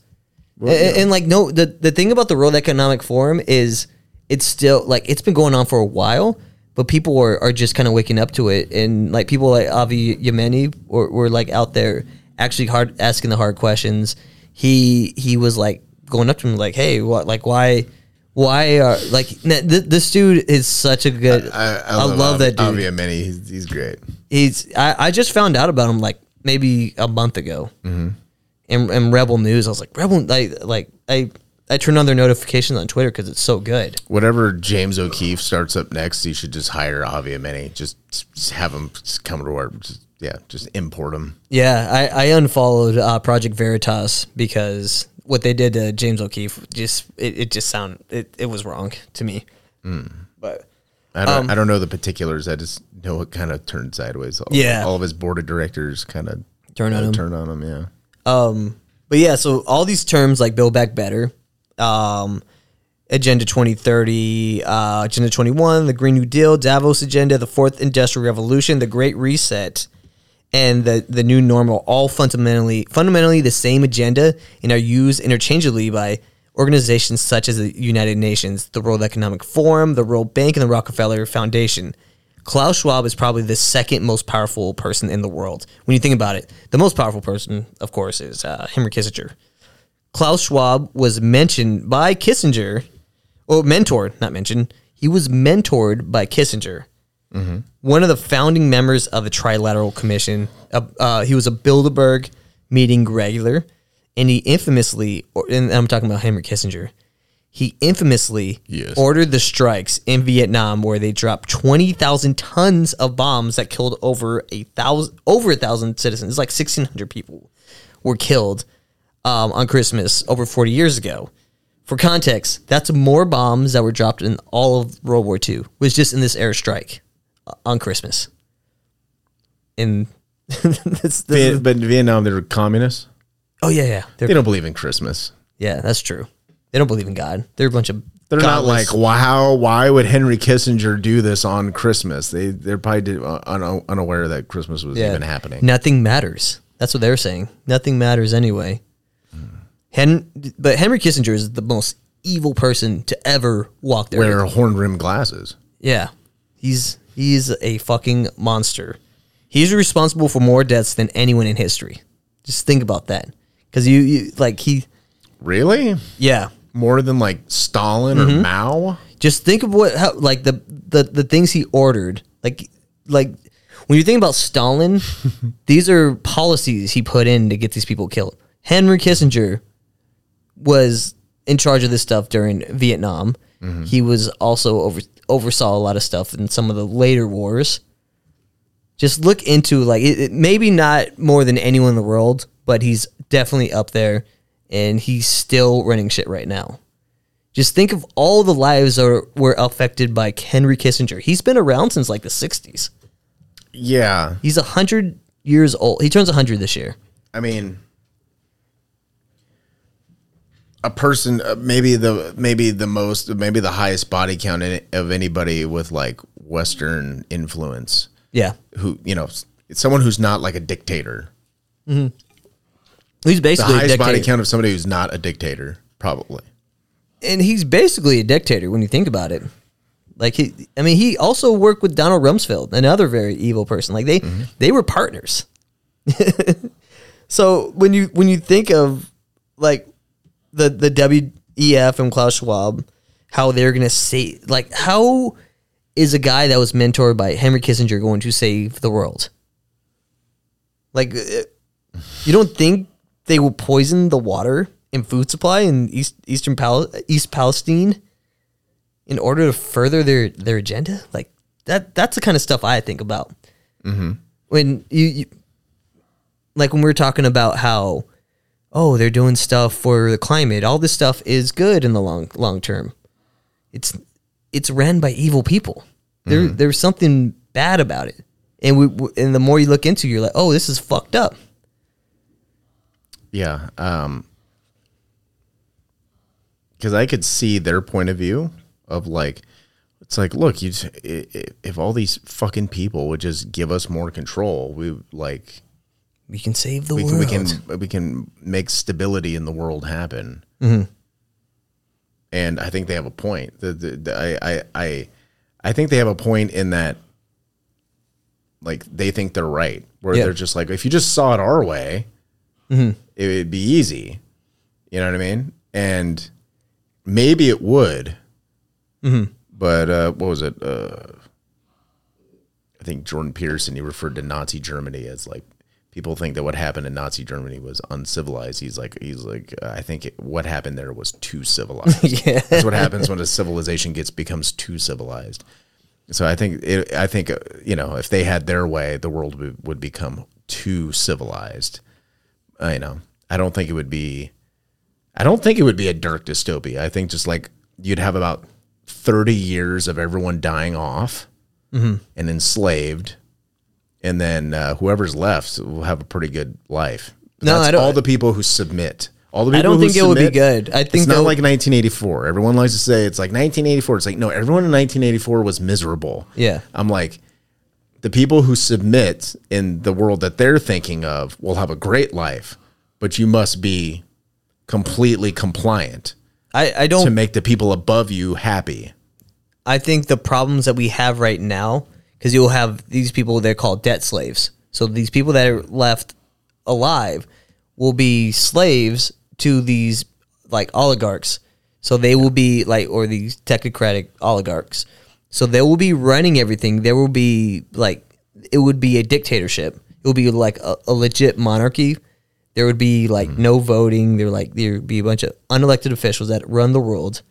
Speaker 3: A- a- and, like, no, the the thing about the World Economic Forum is it's still like it's been going on for a while, but people are, are just kind of waking up to it, and like people like Avi Yemeni were, were like out there actually hard asking the hard questions. He he was like going up to him like, hey, what like why. Why are like th- this dude is such a good? I, love, that dude.
Speaker 4: Avi Amini. He's, he's great.
Speaker 3: he's I, I just found out about him like maybe a month ago mm-hmm. and, and rebel news i was like rebel like like i i turned on their notifications on twitter because it's so good
Speaker 4: Whatever James O'Keefe starts up next, you should just hire Avi Amini. Just, just have him just come to work. Just, yeah, just import him.
Speaker 3: yeah i i unfollowed uh, project veritas because what they did to james o'keefe just it, it just sound it, it was wrong to me Mm. but
Speaker 4: I
Speaker 3: Um,
Speaker 4: don't, I don't know the particulars. I just know it kind of turned sideways. All,
Speaker 3: Yeah.
Speaker 4: All of his board of directors kind of
Speaker 3: Turn on him.
Speaker 4: Turn on him, yeah.
Speaker 3: Um, but yeah, so all these terms like Build Back Better, um, Agenda 2030, uh, Agenda 21, the Green New Deal, Davos Agenda, the Fourth Industrial Revolution, the Great Reset, and the the New Normal, all fundamentally fundamentally the same agenda and are used interchangeably by organizations such as the United Nations, the World Economic Forum, the World Bank, and the Rockefeller Foundation. Klaus Schwab is probably the second most powerful person in the world. When you think about it, the most powerful person, of course, is uh, Henry Kissinger. Klaus Schwab was mentioned by Kissinger, or Oh, mentored, not mentioned. He was mentored by Kissinger, one of the founding members of the Trilateral Commission. Uh, uh, he was a Bilderberg meeting regular, and he infamously, or, and I'm talking about Henry Kissinger, he infamously
Speaker 4: Yes.
Speaker 3: ordered the strikes in Vietnam, where they dropped twenty thousand tons of bombs that killed over a thousand, over a thousand citizens. It's like sixteen hundred people were killed um, on Christmas over 40 years ago. For context, that's more bombs that were dropped in all of World War II was just in this airstrike uh, on Christmas. In this, this
Speaker 4: But, but in Vietnam, they're communists.
Speaker 3: oh yeah, yeah, They're-
Speaker 4: They don't believe in Christmas.
Speaker 3: yeah, that's true. They don't believe in God. They're a bunch of
Speaker 4: They're
Speaker 3: godless-
Speaker 4: not like, wow, why would Henry Kissinger do this on Christmas? They, they're probably did, uh, un, unaware that Christmas was even happening.
Speaker 3: Nothing matters. That's what they're saying. Nothing matters anyway.
Speaker 4: Hmm.
Speaker 3: Hen- but Henry Kissinger is the most evil person to ever walk the earth.
Speaker 4: Wear horn rimmed glasses.
Speaker 3: Yeah. He's he's a fucking monster. He's responsible for more deaths than anyone in history. Just think about that. Cuz you, you like he
Speaker 4: Really?
Speaker 3: yeah.
Speaker 4: More than like Stalin
Speaker 3: Mm-hmm.
Speaker 4: or Mao?
Speaker 3: Just think of what how like the the the things he ordered. Like like when you think about Stalin, these are policies he put in to get these people killed. Henry Kissinger was in charge of this stuff during Vietnam. He was also over oversaw a lot of stuff in some of the later wars. just look into like it, it- maybe not more than anyone in the world, but he's definitely up there, and he's still running shit right now. Just think of all the lives that were- were affected by Henry Kissinger. He's been around since like the '60s.
Speaker 4: Yeah.
Speaker 3: He's hundred years old. He turns hundred this year.
Speaker 4: I mean, a person uh, maybe the maybe the most maybe the highest body count in, of anybody with like Western influence
Speaker 3: Yeah,
Speaker 4: who you know s- it's someone who's not like a dictator.
Speaker 3: he's
Speaker 4: The
Speaker 3: basically a
Speaker 4: highest body
Speaker 3: dictator,
Speaker 4: count of somebody who's not a dictator, probably.
Speaker 3: and he's basically a dictator when you think about it. Like he, I mean, he also worked with Donald Rumsfeld, another very evil person. Like they, they were partners. so when you when you think of like the the WEF and Klaus Schwab, how they're gonna say like how is a guy that was mentored by Henry Kissinger going to save the world? Like, uh, you don't think they will poison the water and food supply in East Eastern Pal- East Palestine in order to further their their agenda? Like that that's the kind of stuff I think about. Mm-hmm. When you, you like when we were talking about how oh they're doing stuff for the climate, all this stuff is good in the long long term. It's it's ran by evil people. There there's something bad about it. And we- we and the more you look into, it, you're like, oh, this is fucked up.
Speaker 4: Yeah. Um cuz I could see their point of view of like it's like look, you just, i- i- if all these fucking people would just give us more control, we like
Speaker 3: We can save the
Speaker 4: we can,
Speaker 3: world.
Speaker 4: we can we can make stability in the world happen. And I think they have a point. The, the, the- I, I I I think they have a point in that like they think they're right, where
Speaker 3: Yeah.
Speaker 4: they're just like, if you just saw it our way, it would be easy. You know what I mean? And maybe it would. But uh, what was it? Uh, I think Jordan Peterson, he referred to Nazi Germany as like people think that what happened in Nazi Germany was uncivilized. He's like, he's like, I think it, what happened there was too civilized.
Speaker 3: Yeah.
Speaker 4: That's what happens when a civilization gets becomes too civilized. So I think it, I think uh, you know if they had their way, the world would, would become too civilized. I you know I don't think it would be. I don't think it would be a dark dystopia. I think just like you'd have about thirty years of everyone dying off
Speaker 3: Mm-hmm.
Speaker 4: and enslaved, and then uh, whoever's left will have a pretty good life. But
Speaker 3: No,
Speaker 4: that's
Speaker 3: I don't-
Speaker 4: all the people who submit. All the people
Speaker 3: I don't
Speaker 4: who
Speaker 3: think it would be
Speaker 4: submit-
Speaker 3: good. I think
Speaker 4: it's not
Speaker 3: they'll-
Speaker 4: like 1984. Everyone likes to say it's like 1984. It's like no, everyone in 1984 was miserable.
Speaker 3: Yeah.
Speaker 4: I'm like the people who submit in the world that they're thinking of will have a great life, but you must be completely compliant
Speaker 3: I, I
Speaker 4: to
Speaker 3: don't
Speaker 4: make the people above you happy.
Speaker 3: I think the problems that we have right now, because you'll have these people they're called debt slaves. So these people that are left alive will be slaves to these like oligarchs. So they will be like or these technocratic oligarchs. So they will be running everything. There will be like it would be a dictatorship. It would be like a, a legit monarchy. There would be like
Speaker 4: Mm-hmm.
Speaker 3: no voting. There like there would be a bunch of unelected officials that run the world.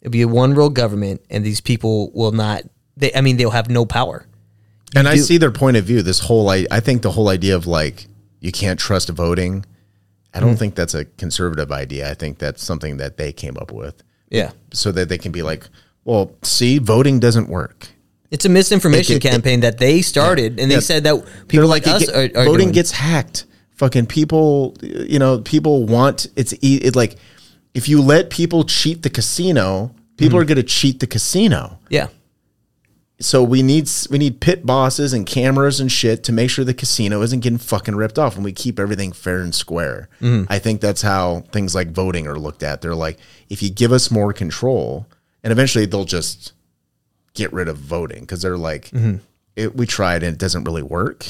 Speaker 3: It'll be a one world government, and these people will not. They, I mean, they'll have no power.
Speaker 4: And I see their point of view. This whole, I, I think the whole idea of like you can't trust voting. I don't think that's a conservative idea. I think that's something that they came up with.
Speaker 3: Yeah,
Speaker 4: so that they can be like, well, see, voting doesn't work.
Speaker 3: it's a misinformation
Speaker 4: It- it-
Speaker 3: campaign that they started, and they
Speaker 4: Yeah.
Speaker 3: said that
Speaker 4: They're
Speaker 3: people like,
Speaker 4: it
Speaker 3: us
Speaker 4: get-
Speaker 3: are, are
Speaker 4: voting
Speaker 3: doing.
Speaker 4: gets hacked. Fucking people, you know, people want it's e- it, like if you let people cheat the casino, people
Speaker 3: Hmm.
Speaker 4: are going to cheat the casino.
Speaker 3: yeah,
Speaker 4: So we need s- we need pit bosses and cameras and shit to make sure the casino isn't getting fucking ripped off, and we keep everything fair and square.
Speaker 3: Hmm.
Speaker 4: I think that's how things like voting are looked at. They're like, if you give us more control, and eventually they'll just get rid of voting because they're like,
Speaker 3: Hmm.
Speaker 4: it, we tried and it doesn't really work.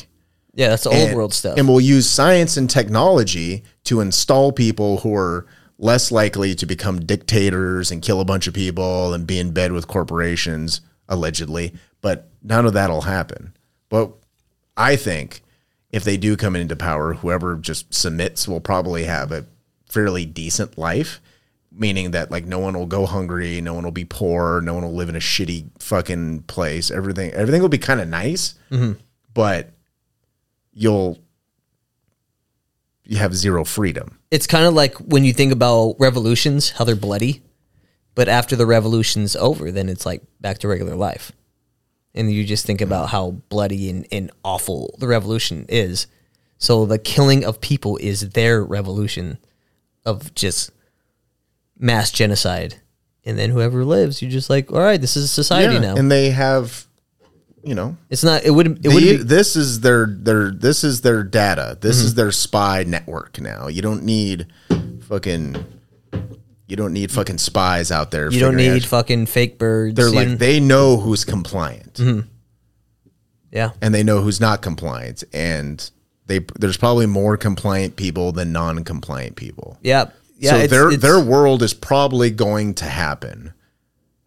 Speaker 3: yeah. That's the old
Speaker 4: And-
Speaker 3: world stuff.
Speaker 4: And we'll use science and technology to install people who are less likely to become dictators and kill a bunch of people and be in bed with corporations, allegedly. But none of that'll happen. But I think if they do come into power, whoever just submits will probably have a fairly decent life, meaning that like no one will go hungry, no one will be
Speaker 3: Mm-hmm.
Speaker 4: poor, no one will live in a shitty fucking place. Everything everything will be kind of nice but you'll you have zero freedom.
Speaker 3: It's kind of like when you think about revolutions, how they're bloody, but after the revolution's over, then it's like back to regular life. And you just think about how bloody and, and awful the revolution is. So the killing of people is their revolution of just mass genocide. And then whoever lives, you're just like, all right, this is society now.
Speaker 4: and they have, you know,
Speaker 3: it's not. It wouldn't. It
Speaker 4: the-
Speaker 3: wouldn't. Be, Mhm.
Speaker 4: this is their their this is their data. This is their spy network now. You don't need fucking you don't need fucking spies out there.
Speaker 3: you don't
Speaker 4: figuring
Speaker 3: need
Speaker 4: out-
Speaker 3: fucking fake birds.
Speaker 4: they're
Speaker 3: You
Speaker 4: like
Speaker 3: don't-
Speaker 4: they know who's compliant
Speaker 3: Mhm. yeah.
Speaker 4: and they know who's not compliant and they there's probably more compliant people than non-compliant people.
Speaker 3: Yeah. Yeah.
Speaker 4: so
Speaker 3: it's-
Speaker 4: their
Speaker 3: it's-
Speaker 4: their world is probably going to happen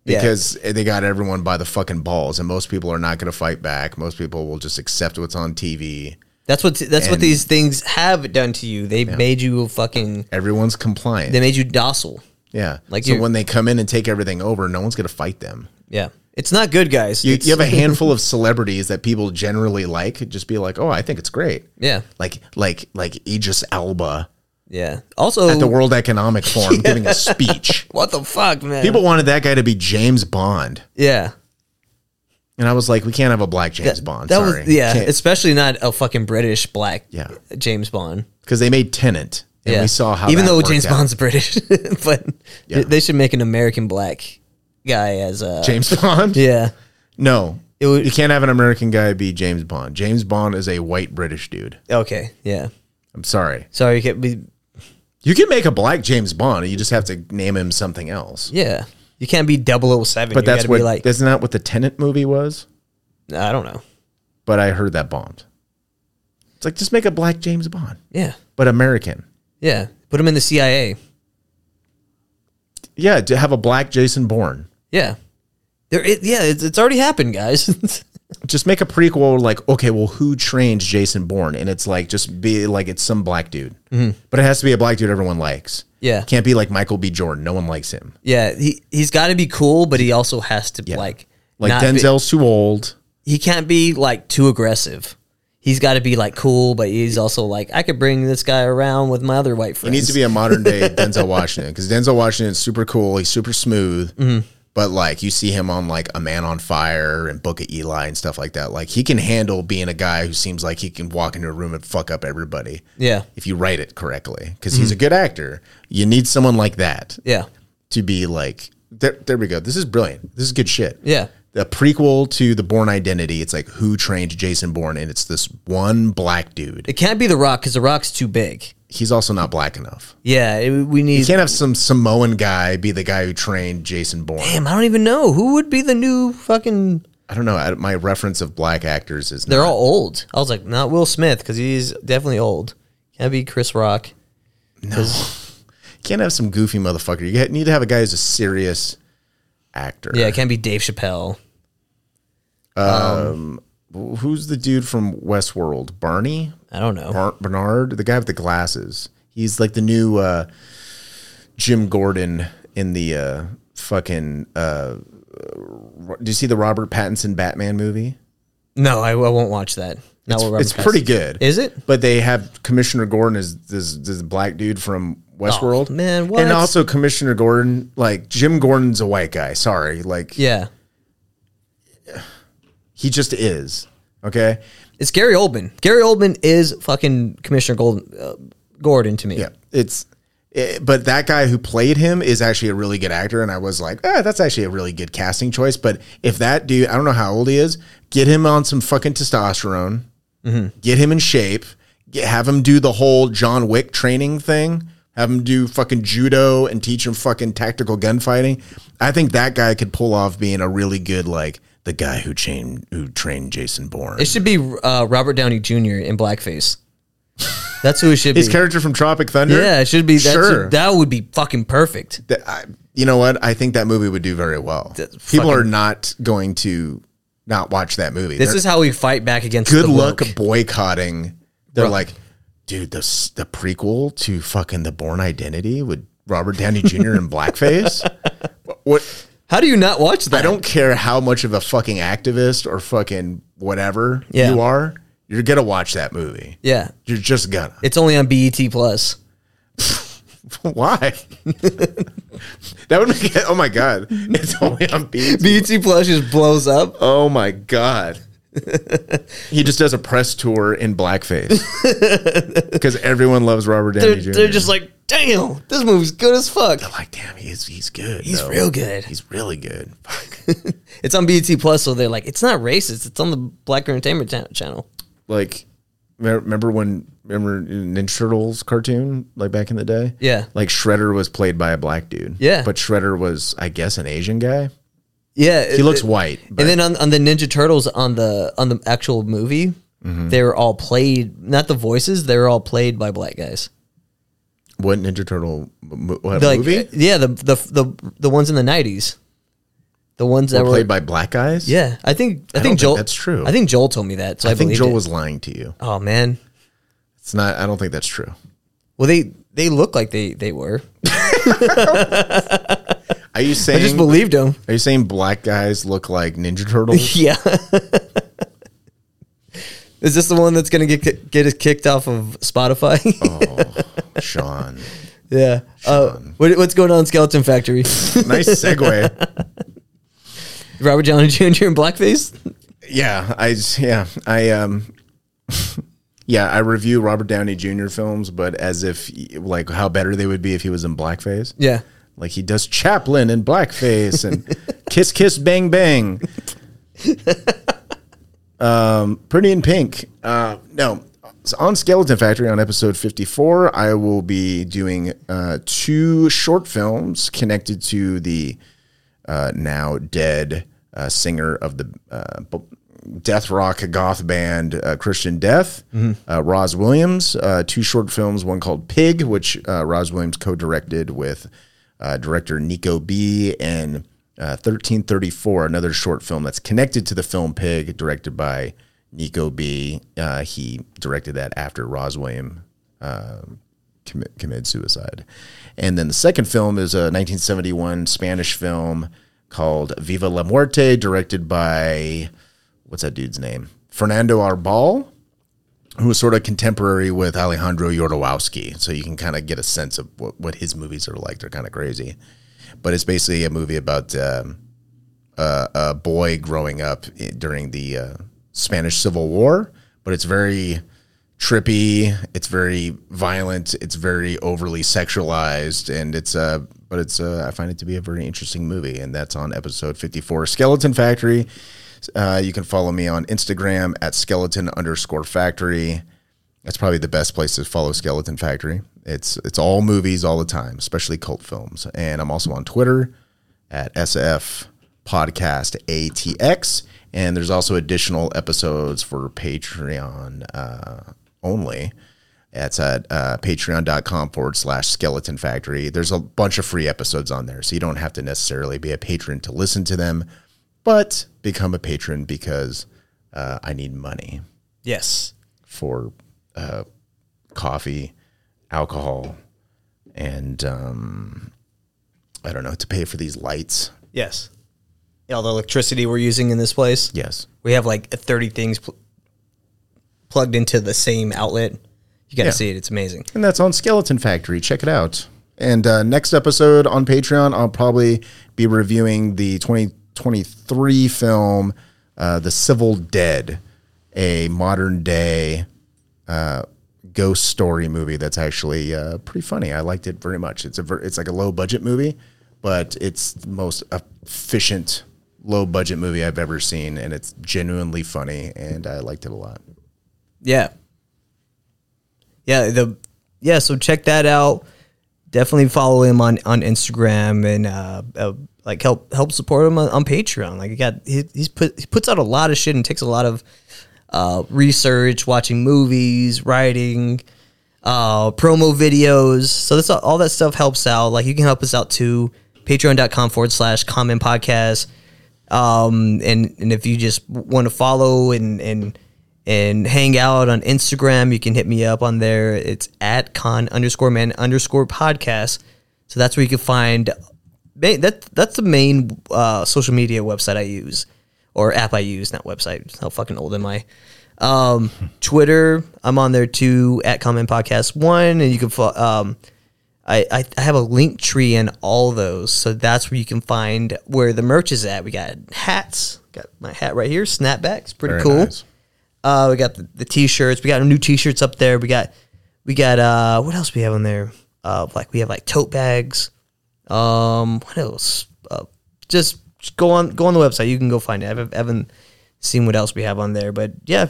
Speaker 3: yeah.
Speaker 4: because they got everyone by the fucking balls and most people are not going to fight back. Most people will just accept what's on TV.
Speaker 3: that's what that's what
Speaker 4: and-
Speaker 3: these things have done to you. They made you a fucking.
Speaker 4: Everyone's compliant.
Speaker 3: They made you docile.
Speaker 4: Yeah.
Speaker 3: Like
Speaker 4: so
Speaker 3: you-
Speaker 4: when they come in and take everything over, no one's going to fight them.
Speaker 3: Yeah. It's not good, guys.
Speaker 4: You,
Speaker 3: It's-
Speaker 4: you have a handful of celebrities that people generally like. Just be like, oh, I think it's great.
Speaker 3: yeah.
Speaker 4: Like like like Aegis Alba
Speaker 3: Yeah. Also,
Speaker 4: at the World Economic Forum giving a speech.
Speaker 3: what the fuck, man?
Speaker 4: People wanted that guy to be James Bond,
Speaker 3: Yeah.
Speaker 4: and I was like, we can't have a black James Bond.
Speaker 3: That
Speaker 4: Sorry.
Speaker 3: was yeah,
Speaker 4: Can't-
Speaker 3: especially not a fucking British black
Speaker 4: Yeah.
Speaker 3: James Bond.
Speaker 4: because they made Tenant, and
Speaker 3: yeah,
Speaker 4: we saw how
Speaker 3: even
Speaker 4: that
Speaker 3: though
Speaker 4: worked
Speaker 3: James
Speaker 4: out.
Speaker 3: Bond's British, but
Speaker 4: Yeah.
Speaker 3: they should make an American black guy as a
Speaker 4: James Bond.
Speaker 3: yeah.
Speaker 4: No,
Speaker 3: It would-
Speaker 4: you can't have an American guy be James Bond. James Bond is a white British dude.
Speaker 3: Okay, yeah.
Speaker 4: I'm sorry.
Speaker 3: Sorry, you can't be
Speaker 4: You can make a black James Bond. You just have to name him something else.
Speaker 3: yeah. You can't be 007.
Speaker 4: But
Speaker 3: you
Speaker 4: that's
Speaker 3: gotta
Speaker 4: what
Speaker 3: be like.
Speaker 4: isn't that what the Tenant movie was?
Speaker 3: I don't know.
Speaker 4: But I heard that bombed. It's like just make a black James Bond,
Speaker 3: Yeah,
Speaker 4: but American.
Speaker 3: yeah. Put him in the CIA.
Speaker 4: Yeah, to have a black Jason Bourne.
Speaker 3: Yeah, there. It, yeah, it's, it's already happened, guys.
Speaker 4: Just make a prequel like okay, well, who trained Jason Bourne? And it's like just be like it's some black dude, but it has to be a black dude everyone likes.
Speaker 3: Mm-hmm. yeah,
Speaker 4: Can't be like Michael B. Jordan. No one likes him.
Speaker 3: yeah. He he's got to be cool, but he also has to like
Speaker 4: Like
Speaker 3: not be-
Speaker 4: Denzel's too old.
Speaker 3: he can't be like too aggressive. He's got to be like cool, but he's also like I could bring this guy around with my other white
Speaker 4: He
Speaker 3: friends.
Speaker 4: needs to be a modern day Denzel Washington because Denzel Washington's super cool. He's super smooth.
Speaker 3: Mm-hmm.
Speaker 4: But like you see him on like A Man on Fire and Book of Eli and stuff like that. Like he can handle being a guy who seems like he can walk into a room and fuck up everybody
Speaker 3: yeah, Mm-hmm.
Speaker 4: if you write it correctly because he's a good actor. You need someone like that
Speaker 3: yeah,
Speaker 4: to be like, there, there we go. This is brilliant. This is good shit.
Speaker 3: yeah,
Speaker 4: The prequel to The Born Identity, it's like who trained Jason Bourne, and it's this one black dude.
Speaker 3: It can't be the Rock because the Rock's too big.
Speaker 4: He's also not black enough.
Speaker 3: Yeah, it, we
Speaker 4: You
Speaker 3: need.
Speaker 4: can't have some Samoan guy be the guy who trained Jason Bourne.
Speaker 3: Damn, I don't even know who would be the new fucking.
Speaker 4: I don't know. I, my reference of black actors is
Speaker 3: They're
Speaker 4: not,
Speaker 3: all old. I was like, not Will Smith because he's definitely old. Can't be Chris Rock.
Speaker 4: you can't have some goofy motherfucker. You ha- need to have a guy who's a serious actor.
Speaker 3: Yeah, it can't be Dave Chappelle.
Speaker 4: Who's the dude from Westworld? Barney?
Speaker 3: I don't know.
Speaker 4: Bar- Bernard? The guy with the glasses. He's like the new uh, Jim Gordon in the uh, fucking. Uh, ro- do you see the Robert Pattinson Batman movie?
Speaker 3: No, I, I won't watch that. Not what Robert
Speaker 4: it's pretty
Speaker 3: Pattinson-
Speaker 4: good.
Speaker 3: Is it?
Speaker 4: But they have Commissioner Gordon is this this black dude from Westworld.
Speaker 3: Oh, man, what?
Speaker 4: And also Commissioner Gordon, like Jim Gordon's a white guy. Sorry, like
Speaker 3: Yeah,
Speaker 4: he just is. Okay.
Speaker 3: it's Gary Oldman. Gary Oldman is fucking Commissioner Gold, uh, Gordon to me.
Speaker 4: Yeah. It's. It, but that guy who played him is actually a really good actor, and I was like, ah, that's actually a really good casting choice. But if that dude, I don't know how old he is, get him on some fucking testosterone,
Speaker 3: Mm-hmm.
Speaker 4: get him in shape, get, have him do the whole John Wick training thing, have him do fucking judo and teach him fucking tactical gunfighting. I think that guy could pull off being a really good like the guy who trained who trained Jason Bourne.
Speaker 3: It should be uh, Robert Downey Jr. in blackface. That's who it should be.
Speaker 4: His character from Tropic Thunder.
Speaker 3: yeah, it should be. That
Speaker 4: Sure.
Speaker 3: should- that would be fucking perfect.
Speaker 4: that I, you know what? I think that movie would do very well. People are not going to not watch that movie.
Speaker 3: This
Speaker 4: They're-
Speaker 3: is how we fight back against
Speaker 4: good
Speaker 3: the
Speaker 4: luck
Speaker 3: woke.
Speaker 4: boycotting. They're like, dude, the s- the prequel to fucking The Born Identity with Robert Downey Jr. in blackface. What?
Speaker 3: How do you not watch that?
Speaker 4: I don't care how much of a fucking activist or fucking whatever
Speaker 3: Yeah.
Speaker 4: you are, you're gonna watch that movie.
Speaker 3: Yeah.
Speaker 4: You're just gonna.
Speaker 3: It's only on BET Plus.
Speaker 4: Why? that would make it, oh my god. It's only on beats.
Speaker 3: BET E Plus just blows up.
Speaker 4: Oh my god. he just does a press tour in blackface because everyone loves Robert Downey
Speaker 3: They're,
Speaker 4: Jr.
Speaker 3: they're just like, damn, this movie's good as fuck.
Speaker 4: like, damn, he's he's good.
Speaker 3: He's
Speaker 4: though.
Speaker 3: real good.
Speaker 4: He's really good. Fuck.
Speaker 3: It's on BET Plus, so they're like, it's not racist. It's on the Black Entertainment Cha- Channel.
Speaker 4: like me- remember when remember Ninja Turtles cartoon like back in the day?
Speaker 3: Yeah.
Speaker 4: Like Shredder was played by a black dude.
Speaker 3: Yeah.
Speaker 4: But Shredder was I guess an Asian guy.
Speaker 3: Yeah,
Speaker 4: He looks white. But
Speaker 3: And then on, on the Ninja Turtles on the on the actual movie,
Speaker 4: Mm-hmm.
Speaker 3: they were all played not the voices, they were all played by black guys.
Speaker 4: what Ninja Turtle mo- what
Speaker 3: Like,
Speaker 4: movie?
Speaker 3: uh, Yeah, the the the the ones in the nineties, the ones that
Speaker 4: Were
Speaker 3: were
Speaker 4: played by black guys?
Speaker 3: Yeah, I think I,
Speaker 4: don't
Speaker 3: think
Speaker 4: think
Speaker 3: Joel.
Speaker 4: that's true.
Speaker 3: I think Joel told me that. So I,
Speaker 4: I think
Speaker 3: believed
Speaker 4: Joel
Speaker 3: it.
Speaker 4: was lying to you.
Speaker 3: Oh man.
Speaker 4: It's not I don't think that's true.
Speaker 3: Well, they they look like they they were.
Speaker 4: Are you
Speaker 3: I just
Speaker 4: saying
Speaker 3: believed him.
Speaker 4: are you saying black guys look like Ninja Turtles?
Speaker 3: Yeah. Is this the one that's gonna get get us kicked off of Spotify?
Speaker 4: Sean.
Speaker 3: yeah. Uh, what, what's going on, in Skeleton Factory?
Speaker 4: Nice segue.
Speaker 3: Robert Downey Jr. in blackface.
Speaker 4: yeah, I s- yeah, I um yeah, I review Robert Downey Jr. films, but as if like how better they would be if he was in blackface.
Speaker 3: Yeah.
Speaker 4: Like he does Chaplin in blackface and Kiss Kiss Bang Bang. um, Pretty in Pink. Uh, no, so on Skeleton Factory on episode 54, I will be doing uh, two short films connected to the uh, now dead uh, singer of the uh, b- death rock goth band uh, Christian Death, uh, Roz Williams. Uh, two short films, one called Pig, which uh, Roz Williams co-directed with uh, director Nico B. and uh, 1334, another short film that's connected to the film Pig, directed by Nico B. Uh, he directed that after Roz Williams commit, committed suicide. And then the second film is a 1971 Spanish film called Viva la Muerte, directed by what's that dude's name? Fernando Arbal, who was sort of contemporary with Alejandro Jodorowsky. So you can kind of get a sense of what, what his movies are like. They're kind of crazy. But it's basically a movie about um, uh, a boy growing up i- during the uh, Spanish Civil War, but it's very trippy. It's very violent. It's very overly sexualized, and it's uh, but it's uh, I find it to be a very interesting movie, and that's on episode fifty four, Skeleton Factory. Uh, you can follow me on Instagram at skeleton underscore factory. That's probably the best place to follow Skeleton Factory. It's it's all movies all the time, especially cult films. And I'm also on Twitter at SF Podcast ATX. And there's also additional episodes for Patreon uh, only. That's at uh, patreon.com forward slash skeleton factory. There's a bunch of free episodes on there, so you don't have to necessarily be a patron to listen to them, but become a patron because uh, I need money
Speaker 3: Yes.
Speaker 4: for uh, coffee, alcohol, and um, I don't know to pay for these lights.
Speaker 3: Yes. All the electricity we're using in this place.
Speaker 4: Yes,
Speaker 3: We have like 30 things pl- plugged into the same outlet. You got to
Speaker 4: Yeah.
Speaker 3: see it. It's amazing.
Speaker 4: and that's on Skeleton Factory. Check it out. And uh, next episode on Patreon, I'll probably be reviewing the 2023 film, uh, The Civil Dead, a modern day uh, ghost story movie that's actually uh, pretty funny. I liked it very much. It's a ver- it's like a low budget movie, but it's the most efficient low budget movie I've ever seen, and it's genuinely funny, and I liked it a lot.
Speaker 3: Yeah. Yeah. The, yeah. So check that out. Definitely follow him on, on Instagram and, uh, uh like help, help support him on, on Patreon. Like he got, he, he's put, he puts out a lot of shit and takes a lot of, uh, research, watching movies, writing, uh, promo videos. So that's all, all that stuff helps out. Like you can help us out too. Patreon.com forward slash common podcast. Um, and, and if you just want to follow and, and, and hang out on Instagram, you can hit me up on there. It's at con underscore man underscore podcast. So that's where you can find ma- that that's the main uh, social media website I use or app I use, not website. How fucking old am I? Um, Twitter, I'm on there too at Comment Podcast One, and you can fo- um, I, I I have a link tree in all those, so that's where you can find where the merch is at. We got hats, got my hat right here, snapbacks, pretty
Speaker 4: Very
Speaker 3: cool.
Speaker 4: nice.
Speaker 3: Uh, we got the, the t-shirts. We got new t-shirts up there. We got we got uh what else we have on there? Uh, like we have like tote bags. Um, what else? Uh, just just go on go on the website. You can go find it. I haven't, haven't seen what else we have on there, but yeah.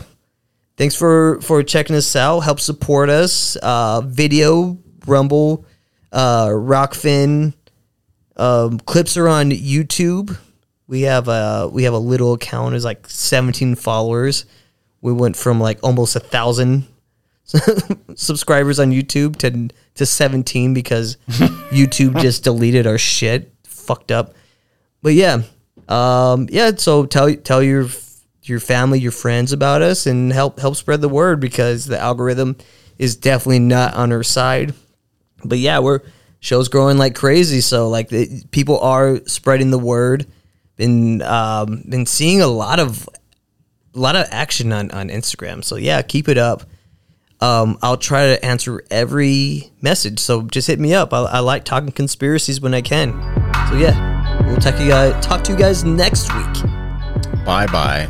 Speaker 3: Thanks for for checking us out. Help support us. Uh, video Rumble, uh, Rockfin. Um, clips are on YouTube. We have a we have a little account. It's like 17 followers. We went from like almost a thousand subscribers on YouTube to to 17 because YouTube just deleted our shit. Fucked up. But yeah, um, yeah. So tell tell your your family, your friends about us, and help help spread the word because the algorithm is definitely not on our side but yeah, we're shows growing like crazy. So like the, people are spreading the word. Been um, been seeing a lot of a lot of action on on Instagram. So yeah, keep it up. Um, I'll try to answer every message. So just hit me up. I, I like talking conspiracies when I can. So yeah, we'll talk to you guys talk to you guys next week.
Speaker 4: Bye bye.